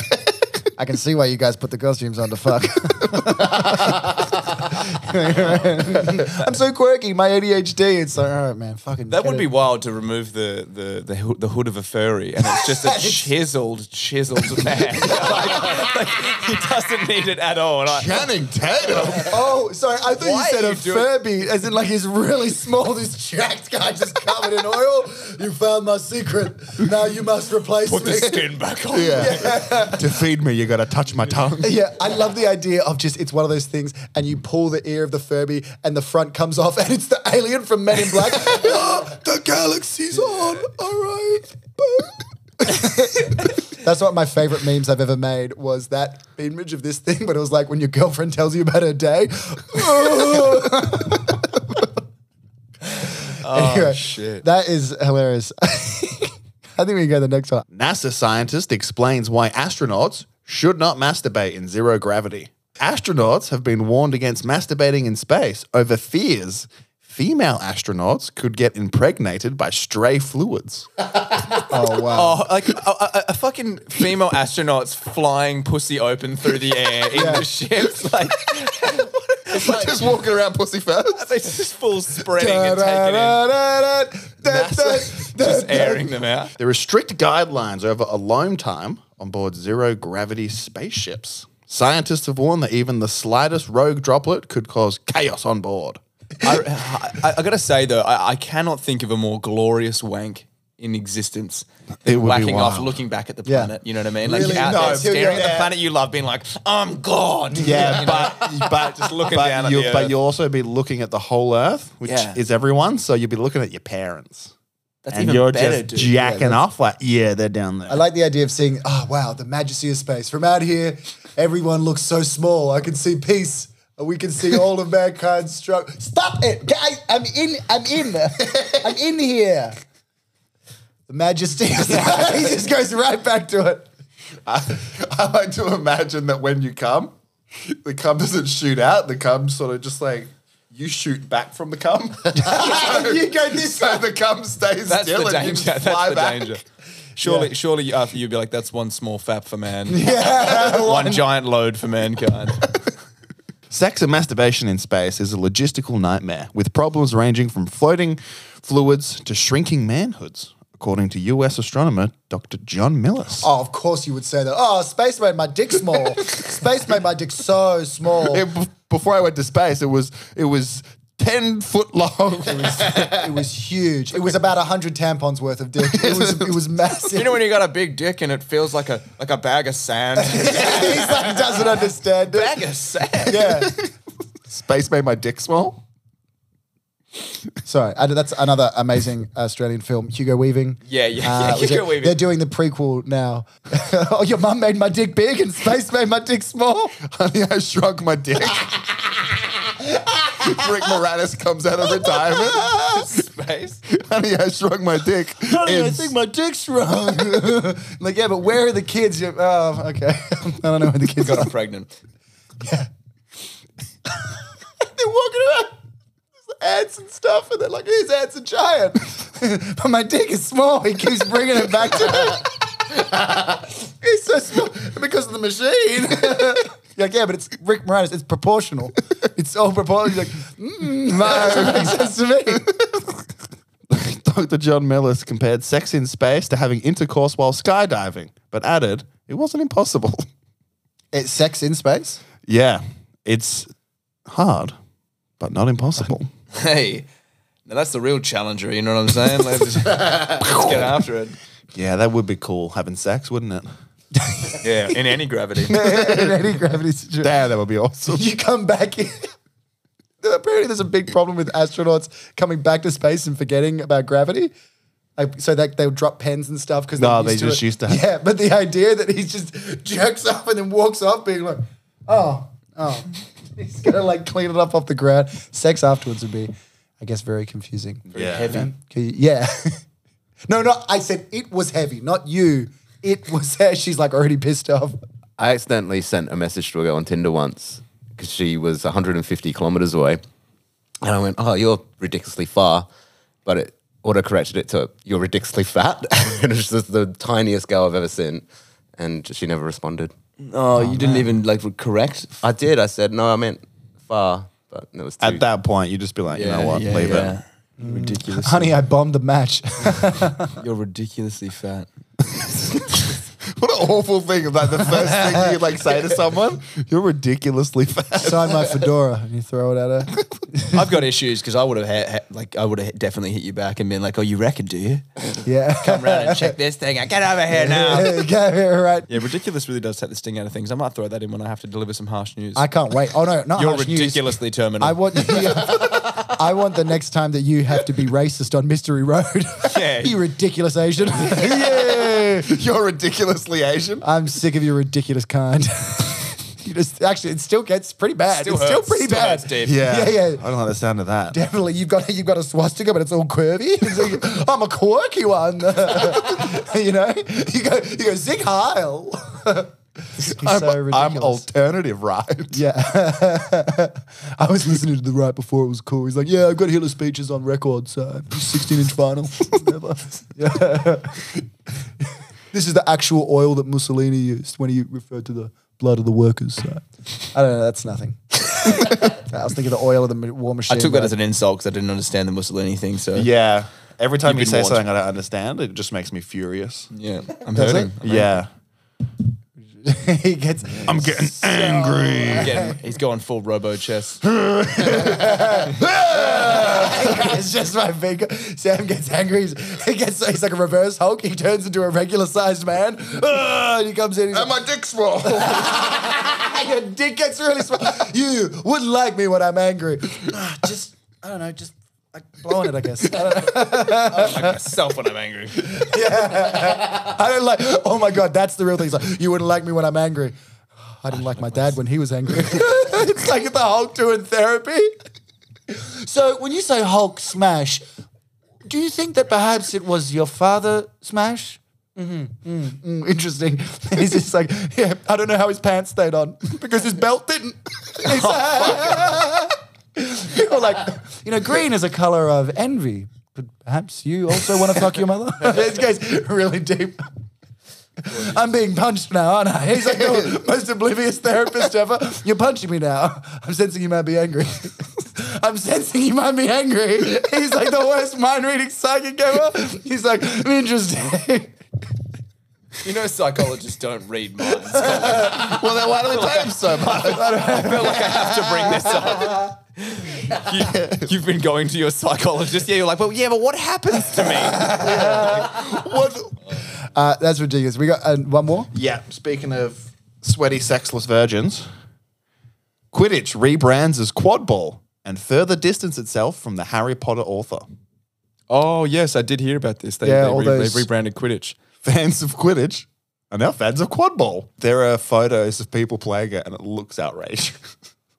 [SPEAKER 2] I can see why you guys put the costumes on to fuck. <laughs> I'm so quirky. My ADHD. It's like, all right, man, fucking.
[SPEAKER 4] That
[SPEAKER 2] get
[SPEAKER 4] would
[SPEAKER 2] it.
[SPEAKER 4] be wild to remove the the the, hoo- the hood of a furry, and
[SPEAKER 3] <laughs>
[SPEAKER 4] it's just a chiseled, chiseled man. <laughs> like, like, he doesn't need it at all. And I,
[SPEAKER 3] Channing Tatum.
[SPEAKER 2] Oh, sorry. I thought
[SPEAKER 4] Why
[SPEAKER 2] you said
[SPEAKER 4] are
[SPEAKER 2] a
[SPEAKER 4] you doing-
[SPEAKER 2] Furby, as in like he's really small, this jacked guy just covered in oil. You found my secret. Now you must replace
[SPEAKER 4] put
[SPEAKER 2] me.
[SPEAKER 4] the
[SPEAKER 2] <laughs>
[SPEAKER 4] skin back on.
[SPEAKER 3] Yeah. to feed me, you gotta touch my tongue.
[SPEAKER 2] Yeah, I love the idea of just it's one of those things, and you pull the ear of the Furby, and the front comes off, <laughs> and it's the alien from Men in Black. Ah, the galaxy's on. All right. <laughs> That's what my favorite memes I've ever made was that image of this thing, but it was like when your girlfriend tells you about her <laughs> day. Oh, anyway,
[SPEAKER 4] shit.
[SPEAKER 2] That is hilarious. <laughs> I think we can go to the next one.
[SPEAKER 3] NASA scientist explains why astronauts should not masturbate in zero gravity. Astronauts have been warned against masturbating in space over fears female astronauts could get impregnated by stray fluids.
[SPEAKER 2] Oh wow.
[SPEAKER 4] Oh, like a, a, a fucking female astronauts flying pussy open through the air in the ships, <laughs> like
[SPEAKER 3] Just walking around pussy first.
[SPEAKER 4] <laughs> they just full spreading and taking in. NASA just airing them out.
[SPEAKER 3] There are strict guidelines over alone time on board zero gravity spaceships. Scientists have warned that even the slightest rogue droplet could cause chaos on board.
[SPEAKER 4] I, I, I gotta say though, I, I cannot think of a more glorious wank in existence.
[SPEAKER 3] It would be
[SPEAKER 4] whacking off,
[SPEAKER 3] wild.
[SPEAKER 4] looking back at the
[SPEAKER 2] Yeah.
[SPEAKER 4] planet. You know what I mean? Like
[SPEAKER 2] Really?
[SPEAKER 4] you're out
[SPEAKER 2] No,
[SPEAKER 4] there
[SPEAKER 2] until
[SPEAKER 4] staring
[SPEAKER 2] you're
[SPEAKER 4] at the
[SPEAKER 2] there.
[SPEAKER 4] planet you love, being like, "I'm God." <laughs>
[SPEAKER 3] Yeah,
[SPEAKER 4] You know?
[SPEAKER 3] but, but
[SPEAKER 4] Just looking
[SPEAKER 3] but
[SPEAKER 4] down at
[SPEAKER 3] you,
[SPEAKER 4] the
[SPEAKER 3] But
[SPEAKER 4] earth.
[SPEAKER 3] you'll also be looking at the whole earth, which
[SPEAKER 4] Yeah.
[SPEAKER 3] is everyone. So you'll be looking at your parents,
[SPEAKER 4] that's
[SPEAKER 3] and
[SPEAKER 4] even
[SPEAKER 3] you're
[SPEAKER 4] better,
[SPEAKER 3] just
[SPEAKER 4] dude.
[SPEAKER 3] jacking off like, yeah, they're down there.
[SPEAKER 2] I like the idea of seeing, oh wow, the majesty of space. From out here, everyone looks so small. I can see peace. We can see all of mankind's struggle. Stop it! I, am in. I'm in. I'm in here. The majesty. of space. he just goes right back to it.
[SPEAKER 3] I, I like <laughs> to imagine that when you come, the cum doesn't shoot out. The cum sort of just like you shoot back from the <laughs> cum. so,
[SPEAKER 2] You go this
[SPEAKER 3] so the cum stays
[SPEAKER 4] That's
[SPEAKER 3] still
[SPEAKER 4] the
[SPEAKER 3] and you
[SPEAKER 4] danger.
[SPEAKER 3] just
[SPEAKER 4] That's
[SPEAKER 3] fly
[SPEAKER 4] the
[SPEAKER 3] back.
[SPEAKER 4] danger. Surely,
[SPEAKER 2] Yeah.
[SPEAKER 4] surely after you'd be like, "That's one small fap
[SPEAKER 3] <laughs>
[SPEAKER 4] for man, <laughs> one giant load for mankind."
[SPEAKER 3] Sex and masturbation in space is a logistical nightmare, with problems ranging from floating fluids to shrinking manhoods, according to US astronomer Dr. John Millis.
[SPEAKER 2] Oh, of course you would say that. Oh, space made my dick small. space made my dick so small.
[SPEAKER 3] It- bef- before I went to space, it was it was ten foot <laughs> long.
[SPEAKER 2] It was huge. It was about hundred tampons worth of dick. It was. It was massive.
[SPEAKER 4] you know when you got a big dick and it feels like a like a bag
[SPEAKER 3] <laughs>
[SPEAKER 4] of sand.
[SPEAKER 2] He's like, doesn't understand it.
[SPEAKER 4] bag of sand.
[SPEAKER 2] Yeah.
[SPEAKER 3] space made my dick small.
[SPEAKER 2] Sorry, I, that's another amazing Australian film, Hugo Weaving.
[SPEAKER 4] Yeah, yeah, yeah,
[SPEAKER 2] was
[SPEAKER 4] Hugo
[SPEAKER 2] it-
[SPEAKER 4] Weaving.
[SPEAKER 2] They're doing the prequel now. <laughs> oh, your mum made my dick big and space made my dick small.
[SPEAKER 3] Honey, I shrunk my dick. <laughs> Rick Moranis comes out of <laughs> retirement.
[SPEAKER 4] Space.
[SPEAKER 3] Honey, I shrunk my dick.
[SPEAKER 2] Honey, I
[SPEAKER 3] It's-
[SPEAKER 2] think my dick's wrong. <laughs> like, yeah, but where are the kids? You- Oh, okay. <laughs> I don't know where the kids
[SPEAKER 4] Got
[SPEAKER 2] are.
[SPEAKER 4] her pregnant.
[SPEAKER 2] <laughs> they're walking around. There's Ants and stuff, and they're like, "These ants are giant," <laughs> but my dick is small. He keeps bringing it back to me. <laughs> He's so small because of the machine. You're <laughs> like, yeah, but it's Rick Moranis. It's proportional. It's all proportional. He's like, mm, <laughs> no, that makes sense to me.
[SPEAKER 3] Dr. John Millis compared sex in space to having intercourse while skydiving, but added it wasn't impossible. <laughs>
[SPEAKER 2] It's sex in space.
[SPEAKER 3] yeah, it's hard, but not impossible.
[SPEAKER 4] Hey, now that's the real challenger. You know what I'm saying? Let's, let's get after it.
[SPEAKER 3] <laughs> Yeah, that would be cool having sex, wouldn't it?
[SPEAKER 4] Yeah, in any gravity.
[SPEAKER 2] in any gravity situation.
[SPEAKER 3] Damn, that would
[SPEAKER 2] <laughs>
[SPEAKER 3] be awesome.
[SPEAKER 2] you come back in. <laughs> Apparently, there's a big problem with astronauts coming back to space and forgetting about gravity. Like, so that they'll drop pens and stuff because
[SPEAKER 3] No, they just used to have-
[SPEAKER 2] Yeah, but the idea that he just <laughs> jerks off and then walks off, being like, oh, oh, <laughs> he's gonna like clean it up off the ground. Sex afterwards would be, I guess, very confusing.
[SPEAKER 3] Yeah.
[SPEAKER 4] Heavy.
[SPEAKER 2] Okay, yeah. <laughs> no, no, I said it was heavy, not you. It was. <laughs> She's like already pissed off.
[SPEAKER 5] I accidentally sent a message to a girl on Tinder once because she was 150 kilometers away. And I went, oh, you're ridiculously far. But it auto corrected it to, you're ridiculously fat. <laughs> and it was just the tiniest girl I've ever seen. And she never responded.
[SPEAKER 4] Oh, you didn't even like correct.
[SPEAKER 5] I did. I said, no, I meant far. But it was too,
[SPEAKER 3] At that point, you just be like, you know what, leave it.
[SPEAKER 4] Ridiculous. <laughs>
[SPEAKER 2] Honey, I bombed the match.
[SPEAKER 4] you're ridiculously fat.
[SPEAKER 3] What an awful thing! Like the <laughs> first thing you like say to someone, you're ridiculously fat.
[SPEAKER 2] Sign my fedora and you throw it at her.
[SPEAKER 4] I've got issues because I would have ha- ha- like I would have definitely hit you back and been like, "Oh, you reckon, do you?
[SPEAKER 2] Yeah.
[SPEAKER 4] Come round and check this thing. out. Get over here now."
[SPEAKER 2] <laughs> Yeah, Go here, right.
[SPEAKER 4] Yeah, ridiculous really does take the sting out of things. I might throw that in when I have to deliver some harsh news.
[SPEAKER 2] I can't wait. Oh no, not
[SPEAKER 4] You're
[SPEAKER 2] harsh news.
[SPEAKER 4] ridiculously terminal.
[SPEAKER 2] I want I want the next time that you have to be racist on Mystery Road.
[SPEAKER 4] <laughs> Yeah.
[SPEAKER 2] you ridiculous Asian.
[SPEAKER 3] yeah, <laughs> you're ridiculously Asian.
[SPEAKER 2] I'm sick of your ridiculous kind. <laughs> you just actually it still gets pretty bad. it's still
[SPEAKER 4] hurts.
[SPEAKER 2] pretty
[SPEAKER 4] Still
[SPEAKER 2] bad.
[SPEAKER 4] hurts deep.
[SPEAKER 2] Yeah, yeah.
[SPEAKER 3] I don't like the sound of that.
[SPEAKER 2] Definitely, you've got you've got a swastika, but it's all curvy. <laughs> It's like, I'm a quirky one, <laughs> you know. You go, you go, Zig Heil. He's
[SPEAKER 3] I'm,
[SPEAKER 2] so ridiculous.
[SPEAKER 3] I'm alternative, right?
[SPEAKER 2] Yeah. <laughs> I was listening to the right before it was cool. He's like, yeah, I've got Hitler speeches on record, so 16 inch vinyl. <laughs> Never. Yeah. <laughs> this is the actual oil that Mussolini used when he referred to the blood of the workers. So. I don't know. That's nothing. <laughs> I was thinking the oil of the ma- war
[SPEAKER 4] I
[SPEAKER 2] machine.
[SPEAKER 4] took that
[SPEAKER 2] but-
[SPEAKER 4] as an insult because I didn't understand the Mussolini thing. So
[SPEAKER 3] Yeah. Every time you
[SPEAKER 4] been
[SPEAKER 3] say
[SPEAKER 4] warned.
[SPEAKER 3] something I don't understand, it just makes me furious.
[SPEAKER 4] yeah, I'm
[SPEAKER 2] Does
[SPEAKER 4] hurting.
[SPEAKER 2] it?
[SPEAKER 3] Yeah.
[SPEAKER 2] <laughs> he gets.
[SPEAKER 3] I'm getting angry.
[SPEAKER 4] Getting- he's going full robo chess.
[SPEAKER 2] it's just my finger. Sam gets angry. He's, he gets. He's like a reverse Hulk. He turns into a regular sized man. <laughs> Ah, and he comes in. He's like,
[SPEAKER 3] my dick small?
[SPEAKER 2] <laughs> Your dick gets really small. You wouldn't like me when I'm angry. Ah, just, I don't know, just like blowing it, I guess. I don't, know.
[SPEAKER 4] like myself when I'm
[SPEAKER 2] <laughs>
[SPEAKER 4] angry.
[SPEAKER 2] I don't like, oh my God, that's the real thing. It's like, you wouldn't like me when I'm angry. I didn't like my dad when he was angry. <laughs> it's like the Hulk doing therapy. So when you say Hulk smash, do you think that perhaps it was your father smash? Mm-hmm. interesting. <laughs> he's just like, yeah, I don't know how his pants stayed on <laughs> because his belt didn't. <laughs> He's People like, <laughs> you know, green is a color of envy. But perhaps you also want to fuck your mother? this goes really deep. I'm being punched now, aren't I? He's like the most oblivious therapist ever. You're punching me now. I'm sensing you might be angry. <laughs> I'm sensing you might be angry. He's like the worst mind reading psychic ever. He's like, interesting.
[SPEAKER 4] You know, psychologists don't read <laughs> minds.
[SPEAKER 3] well, then why do they pay him so much?
[SPEAKER 4] <laughs> I feel like I have to bring this up. <laughs> You, you've been going to your psychologist. Yeah, you're like, well, yeah, but what happens to me?
[SPEAKER 3] What?
[SPEAKER 2] Uh, that's ridiculous. We got uh, one more.
[SPEAKER 3] <laughs> Yeah. Speaking of sweaty, sexless virgins, Quidditch rebrands as quad ball and further distance itself from the Harry Potter author.
[SPEAKER 4] <laughs> Oh, yes, I did hear about this. They,
[SPEAKER 2] Yeah,
[SPEAKER 4] they
[SPEAKER 2] all
[SPEAKER 4] re-
[SPEAKER 2] those-
[SPEAKER 4] they've rebranded Quidditch.
[SPEAKER 3] Fans of Quidditch are now fans of quad ball. There are photos of people playing it, and it looks outrageous.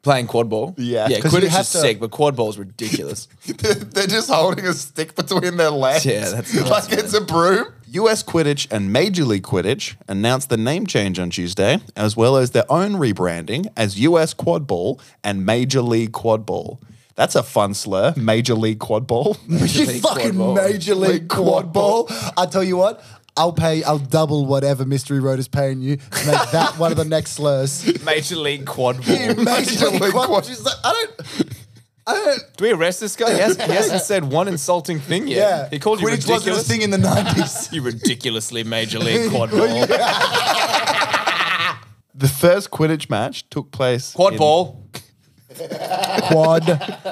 [SPEAKER 4] Playing quad ball?
[SPEAKER 3] Yeah.
[SPEAKER 4] Yeah,
[SPEAKER 3] 'Cause you
[SPEAKER 4] Quidditch
[SPEAKER 3] have
[SPEAKER 4] is
[SPEAKER 3] to-
[SPEAKER 4] sick, but quad ball is ridiculous.
[SPEAKER 3] They're <laughs> they're just holding a stick between their legs.
[SPEAKER 4] Yeah, that's
[SPEAKER 3] <laughs>
[SPEAKER 4] nuts,
[SPEAKER 3] like it's a broom. US Quidditch and Major League Quidditch announced the name change on Tuesday, as well as their own rebranding as US Quad Ball and Major League Quad Ball. That's a fun slur, Major League Quad <laughs> Ball.
[SPEAKER 2] You
[SPEAKER 4] League
[SPEAKER 2] fucking
[SPEAKER 4] quad ball.
[SPEAKER 2] major league,
[SPEAKER 3] League
[SPEAKER 2] quad
[SPEAKER 3] quad
[SPEAKER 2] ball. I tell you what, I'll pay. I'll double whatever Mystery Road is paying you. to Make that one of the next slurs.
[SPEAKER 4] <laughs> Major League quad ball.
[SPEAKER 2] major, league,
[SPEAKER 3] League
[SPEAKER 2] quad.
[SPEAKER 3] Quad-
[SPEAKER 2] She's like, I don't. I don't.
[SPEAKER 4] Do we arrest this guy? He, has, he hasn't said one insulting thing yet.
[SPEAKER 2] Yeah,
[SPEAKER 4] He called you
[SPEAKER 2] Quidditch wasn't a
[SPEAKER 4] ridiculous.
[SPEAKER 2] thing in the nineties.
[SPEAKER 4] <laughs> You ridiculously Major <laughs> League quad ball.
[SPEAKER 3] The first Quidditch match took place.
[SPEAKER 4] Quad
[SPEAKER 3] in-
[SPEAKER 4] ball.
[SPEAKER 2] Quad.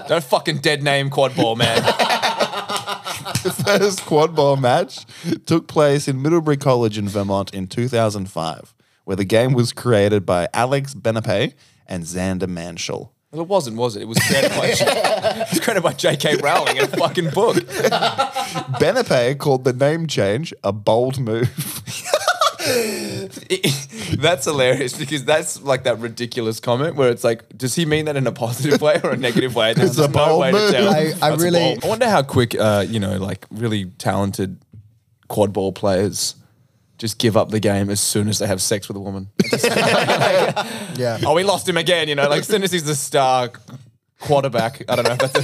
[SPEAKER 4] Don't fucking dead name quad ball, man.
[SPEAKER 3] The first quad ball match took place in Middlebury College in Vermont in 2005, where the game was created by Alex Benepe and Xander Manshall.
[SPEAKER 4] <laughs> Well, it wasn't, was it? It was created by, it was created by J.K. Rowling in a fucking <laughs> book.
[SPEAKER 3] Benepe called the name change a bold move.
[SPEAKER 4] that's hilarious because that's like that ridiculous comment where it's like, does he mean that in a positive way or a negative way? There's
[SPEAKER 3] It's a
[SPEAKER 4] no
[SPEAKER 3] bold
[SPEAKER 4] way to
[SPEAKER 3] move.
[SPEAKER 4] tell.
[SPEAKER 2] I- I
[SPEAKER 4] That's a
[SPEAKER 2] really-
[SPEAKER 4] bold- I wonder how quick, uh, you know, like really talented quad ball players just give up the game as soon as they have sex with a woman.
[SPEAKER 2] Yeah.
[SPEAKER 4] <laughs> oh, we lost him again, you know, like as soon as he's the star, quarterback. I don't know if that's a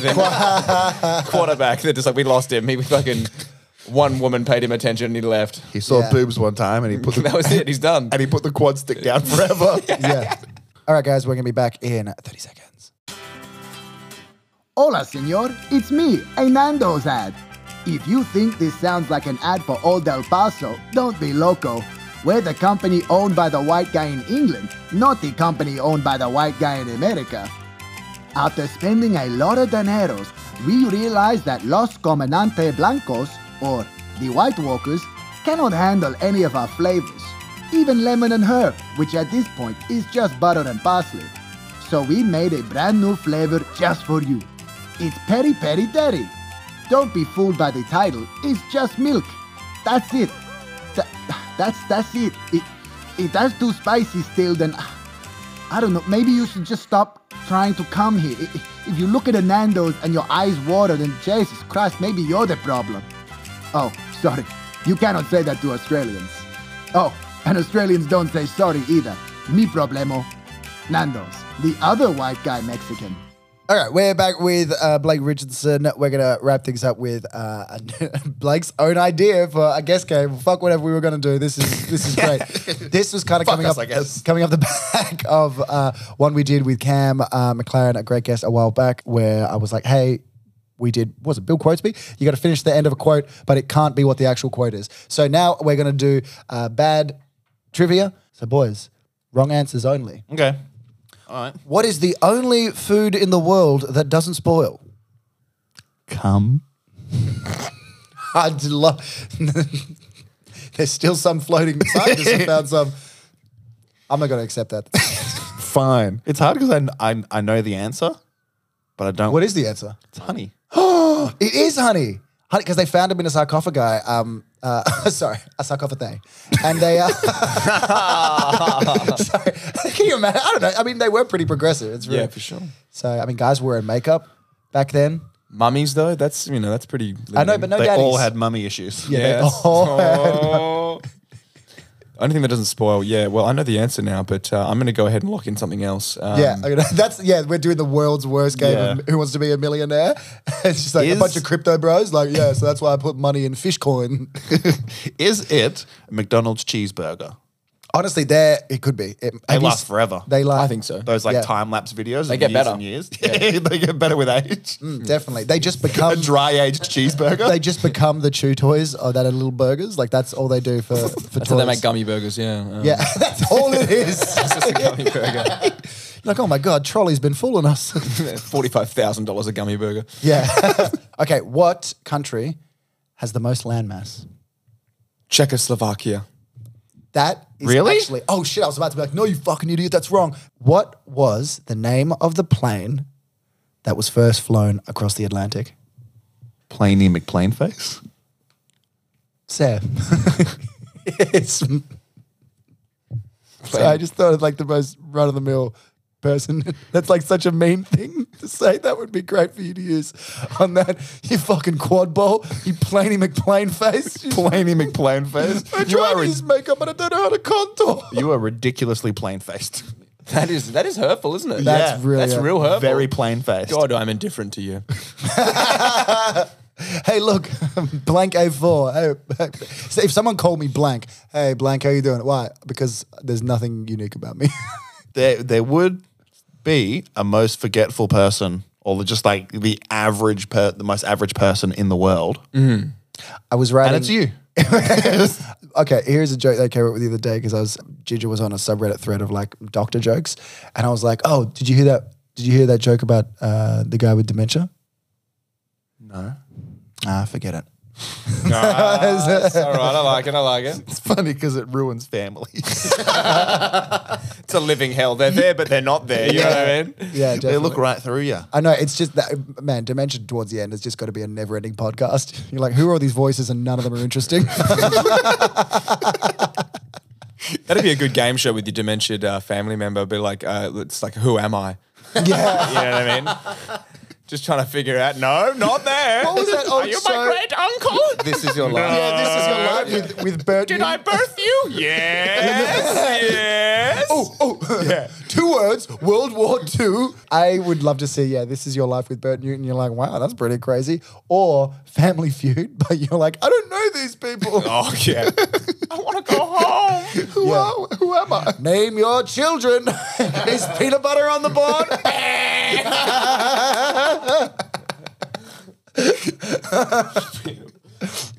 [SPEAKER 4] <laughs> thing. quarterback. They're just like, we lost him. He fucking, one woman paid him attention and he left.
[SPEAKER 3] He saw
[SPEAKER 2] Yeah.
[SPEAKER 3] boobs one time and he <laughs> put the,
[SPEAKER 4] That was it. He's done.
[SPEAKER 3] and he put the quad stick down <laughs> forever.
[SPEAKER 2] yeah. All right, guys, we're going to be back in 30 seconds.
[SPEAKER 7] Hola, senor. It's me, a Nando's ad. If you think this sounds like an ad for Old El Paso, don't be loco. We're the company owned by the white guy in England, not the company owned by the white guy in America. After spending a lot of dineros, we realized that Los Comandante Blancos, or the White Walkers, cannot handle any of our flavors, even lemon and herb, which at this point is just butter and parsley. So we made a brand new flavor just for you. It's Peri Peri Dairy. Don't be fooled by the title, it's just milk. That's it. Tha- that's that's it. it. If that's too spicy still, then I don't know. Maybe you should just stop trying to come here. I- i- If you look at a Nando's and your eyes water, then Jesus Christ, maybe you're the problem. Oh, sorry. You cannot say that to Australians. Oh, and Australians don't say sorry either. Mi problemo. Nando's, the other white guy Mexican.
[SPEAKER 2] All right, we're back with uh, Blake Richardson. We're going to wrap things up with uh, <laughs> Blake's own idea for a guest game. Fuck whatever we were going to do. This is this is
[SPEAKER 3] <laughs>
[SPEAKER 2] great. This was kind of coming
[SPEAKER 3] us,
[SPEAKER 2] up,
[SPEAKER 3] I guess.
[SPEAKER 2] coming up the <laughs> back of uh, one we did with Cam uh, McLaren, a great guest a while back, where I was like, hey. We did, was it Bill Quotesby? You got to finish the end of a quote, but it can't be what the actual quote is. So now we're going to do uh, bad trivia. So, boys, wrong answers only.
[SPEAKER 4] Okay.
[SPEAKER 2] What is the only food in the world that doesn't spoil? Cum. I'd love. <laughs> There's still some
[SPEAKER 4] <laughs>
[SPEAKER 2] floating beside us. I found some. I'm not going to accept that.
[SPEAKER 3] Fine. It's hard because I, I I know the answer, but I don't.
[SPEAKER 2] What is the answer?
[SPEAKER 3] it's honey?
[SPEAKER 2] It is honey. Honey, because they found him in a sarcophagi. Um, uh, <laughs> sorry, a sarcophagi. And they. Uh, <laughs> sorry. <laughs> Can you imagine? I don't know. I mean, they were pretty progressive. It's really,
[SPEAKER 4] Yeah, for sure.
[SPEAKER 2] So, I mean, guys were in makeup back then.
[SPEAKER 4] Mummies though, that's you know that's pretty.
[SPEAKER 2] I know, but no
[SPEAKER 3] they
[SPEAKER 2] daddies.
[SPEAKER 3] all had mummy issues.
[SPEAKER 2] Yeah,
[SPEAKER 4] Yeah.
[SPEAKER 2] they <laughs> all had
[SPEAKER 4] Oh. <laughs> Only thing that doesn't spoil. Yeah. Well, I know the answer now, but uh, I'm going to go ahead and lock in something else. Um,
[SPEAKER 2] Yeah, I mean, <laughs> that's yeah. We're doing the world's worst game.
[SPEAKER 3] Yeah.
[SPEAKER 2] Of Who wants to be a millionaire? <laughs> it's just like
[SPEAKER 3] Is-
[SPEAKER 2] a bunch of crypto bros. Like yeah, so that's why I put money in fish coin.
[SPEAKER 3] <laughs> Is it a McDonald's cheeseburger?
[SPEAKER 2] <laughs> Honestly, there it could be. It,
[SPEAKER 3] They
[SPEAKER 2] have you
[SPEAKER 3] last
[SPEAKER 2] s-
[SPEAKER 3] forever.
[SPEAKER 2] They last.
[SPEAKER 4] I think so.
[SPEAKER 3] Those like
[SPEAKER 2] Yeah.
[SPEAKER 3] time lapse videos.
[SPEAKER 4] They
[SPEAKER 3] of
[SPEAKER 4] get
[SPEAKER 3] years
[SPEAKER 4] better.
[SPEAKER 3] And years. <laughs> they get better with age.
[SPEAKER 2] definitely. They just
[SPEAKER 3] A
[SPEAKER 2] become.
[SPEAKER 3] dry aged cheeseburger.
[SPEAKER 2] Mm. they just become the chew toys or that are little burgers. Like that's all they do for for toys.
[SPEAKER 4] That's how they make gummy burgers. Yeah. Um, <laughs>
[SPEAKER 2] Yeah, <laughs> that's all it is. <laughs>
[SPEAKER 4] gummy burger. <laughs>
[SPEAKER 2] like oh my god, trolley's been fooling us. <laughs>
[SPEAKER 4] Forty-five thousand dollars a gummy burger.
[SPEAKER 2] yeah. <laughs> okay, what country has the most landmass?
[SPEAKER 4] Czechoslovakia.
[SPEAKER 2] That is
[SPEAKER 3] Really?
[SPEAKER 2] actually. Oh shit! I was about to be like, "No, you fucking idiot! That's wrong." What was the name of the plane that was first flown across the Atlantic?
[SPEAKER 3] Plainy McPlainface.
[SPEAKER 2] Sir, <laughs> it's. So I just thought of like the most run of the mill person. <laughs> That's like such a mean thing to say. That would be great for you to use on that. You fucking quad ball, you plainy McPlane
[SPEAKER 3] <laughs>
[SPEAKER 2] face. You-
[SPEAKER 3] Plainy
[SPEAKER 2] <laughs>
[SPEAKER 3] McPlainface.
[SPEAKER 2] I
[SPEAKER 3] you,
[SPEAKER 2] tried
[SPEAKER 3] are
[SPEAKER 2] to
[SPEAKER 3] ri-
[SPEAKER 2] use makeup, but I don't know how to contour.
[SPEAKER 3] you are ridiculously plain faced.
[SPEAKER 4] That is that is hurtful, isn't it?
[SPEAKER 2] That's
[SPEAKER 4] yeah.
[SPEAKER 2] really
[SPEAKER 4] that's real hurtful.
[SPEAKER 3] Very plain faced.
[SPEAKER 4] Oh, God, I'm indifferent to you.
[SPEAKER 2] <laughs> hey, look, blank A4. Hey, <laughs> so if someone called me blank, hey, blank, how you doing? Why? Because there's nothing unique about me. <laughs>
[SPEAKER 3] there there would be a most forgetful person or just like the average per, the most average person in the world
[SPEAKER 2] Mm-hmm. I was writing.
[SPEAKER 3] and
[SPEAKER 2] <laughs>
[SPEAKER 3] it's you <laughs>
[SPEAKER 2] Okay, here's a joke that I came up with the other day because I was Ginger was on a subreddit thread of like doctor jokes, and I was like, oh, did you hear that? Did you hear that joke about uh, the guy with dementia? No. Ah, forget it.
[SPEAKER 4] It's all right, I like it. I like it.
[SPEAKER 3] it's funny because it ruins families
[SPEAKER 4] It's a living hell. They're there, but they're not there. You know what I mean?
[SPEAKER 3] <laughs>
[SPEAKER 2] Yeah,
[SPEAKER 3] they look
[SPEAKER 2] definitely.
[SPEAKER 3] right through you
[SPEAKER 2] I know it's just that man. Dementia towards the end has just got to be a never-ending podcast. <laughs> You're like, who are all these voices, and none of them are interesting.
[SPEAKER 4] That'd be a good game show with your dementia uh, family member. Be like, uh, it's like, who am I?
[SPEAKER 2] yeah.
[SPEAKER 4] You know what I mean? Just trying to figure out. No, not there.
[SPEAKER 2] What was that
[SPEAKER 4] Are
[SPEAKER 2] old
[SPEAKER 4] you
[SPEAKER 2] show?
[SPEAKER 4] my great uncle?
[SPEAKER 5] This is your life.
[SPEAKER 2] <laughs> Yeah, this is your life with, with Bert. <laughs>
[SPEAKER 4] Did I birth you? Yes. yes.
[SPEAKER 2] Oh, Two
[SPEAKER 3] words, World War II.
[SPEAKER 2] I would love to see, yeah, this is your life with Bert Newton. You're like, wow, that's pretty crazy. Or Family Feud, <laughs> but you're like, I don't know these people.
[SPEAKER 3] Oh, yeah.
[SPEAKER 4] I want to go home.
[SPEAKER 2] who, are, who am I? Name your children. <laughs> is peanut butter on the <laughs> board?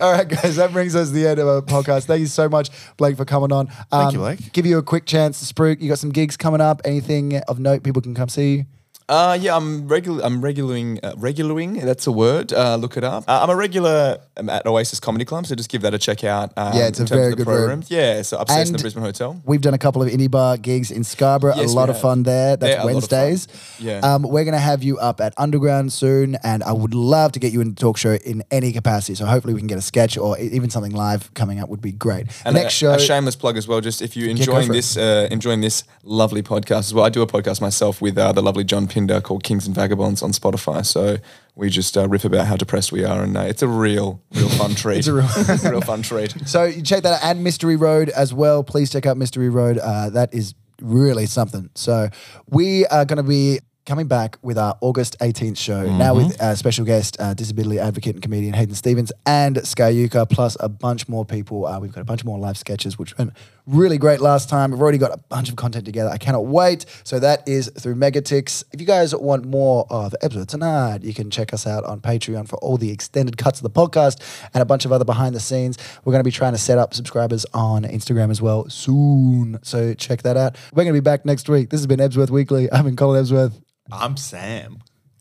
[SPEAKER 2] All right, guys, that brings us to the end of our podcast. Thank you so much, Blake, for coming on. Um,
[SPEAKER 3] you, Blake.
[SPEAKER 2] Give you a quick chance to spruik. You got some gigs coming up. Anything of note people can come see you?
[SPEAKER 4] Uh, yeah, I'm regular. I'm regularing. Uh, regularing. That's a word. Uh, look it up. Uh, I'm a regular um, at Oasis Comedy Club, so just give that a check out. Um,
[SPEAKER 2] Yeah, it's a
[SPEAKER 4] in terms of
[SPEAKER 2] very
[SPEAKER 4] the
[SPEAKER 2] good
[SPEAKER 4] programs. Yeah, so upstairs in
[SPEAKER 2] And-
[SPEAKER 4] the Brisbane Hotel.
[SPEAKER 2] We've done a couple of indie bar gigs in Scarborough.
[SPEAKER 4] Yes,
[SPEAKER 2] a
[SPEAKER 4] we
[SPEAKER 2] lot of
[SPEAKER 4] have.
[SPEAKER 2] fun there. That's
[SPEAKER 4] Yeah, a lot of fun.
[SPEAKER 2] Wednesdays.
[SPEAKER 4] Yeah.
[SPEAKER 2] Um, we're going to have you up at Underground soon, and I would love to get you into talk show in any capacity. So hopefully we can get a sketch or e- even something live coming up would be great.
[SPEAKER 4] And
[SPEAKER 2] the next
[SPEAKER 4] a,
[SPEAKER 2] show.
[SPEAKER 4] a shameless plug as well. Just if you're
[SPEAKER 2] go
[SPEAKER 4] enjoying
[SPEAKER 2] for it.
[SPEAKER 4] this, uh, enjoying this lovely podcast as well. I do a podcast myself with uh, the lovely John Pinder called Kings and Vagabonds on Spotify. So we just uh, riff about how depressed we are, and uh, it's a real, real fun treat.
[SPEAKER 2] <laughs> It's a real-
[SPEAKER 4] <laughs> real fun treat.
[SPEAKER 2] So you check that out and Mystery Road as well. Please check out Mystery Road. Uh, that is really something. So we are going to be coming back with our August 18th show now with uh, special guest uh, disability advocate and comedian Hayden Stevens and Skayuka plus a bunch more people. Uh, we've got a bunch more live sketches which went really great last time. We've already got a bunch of content together. I cannot wait. So that is through Megatix. If you guys want more of episode tonight, you can check us out on Patreon for all the extended cuts of the podcast and a bunch of other behind the scenes. We're going to be trying to set up subscribers on Instagram as well soon. So check that out. We're going to be back next week. This has been Ebsworth Weekly. I've been Colin Ebsworth.
[SPEAKER 3] I'm Sam.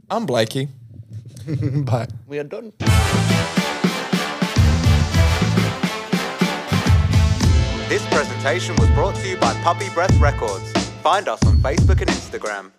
[SPEAKER 4] I'm Blakey.
[SPEAKER 2] Bye.
[SPEAKER 5] We are done.
[SPEAKER 8] This presentation was brought to you by Puppy Breath Records. Find us on Facebook and Instagram.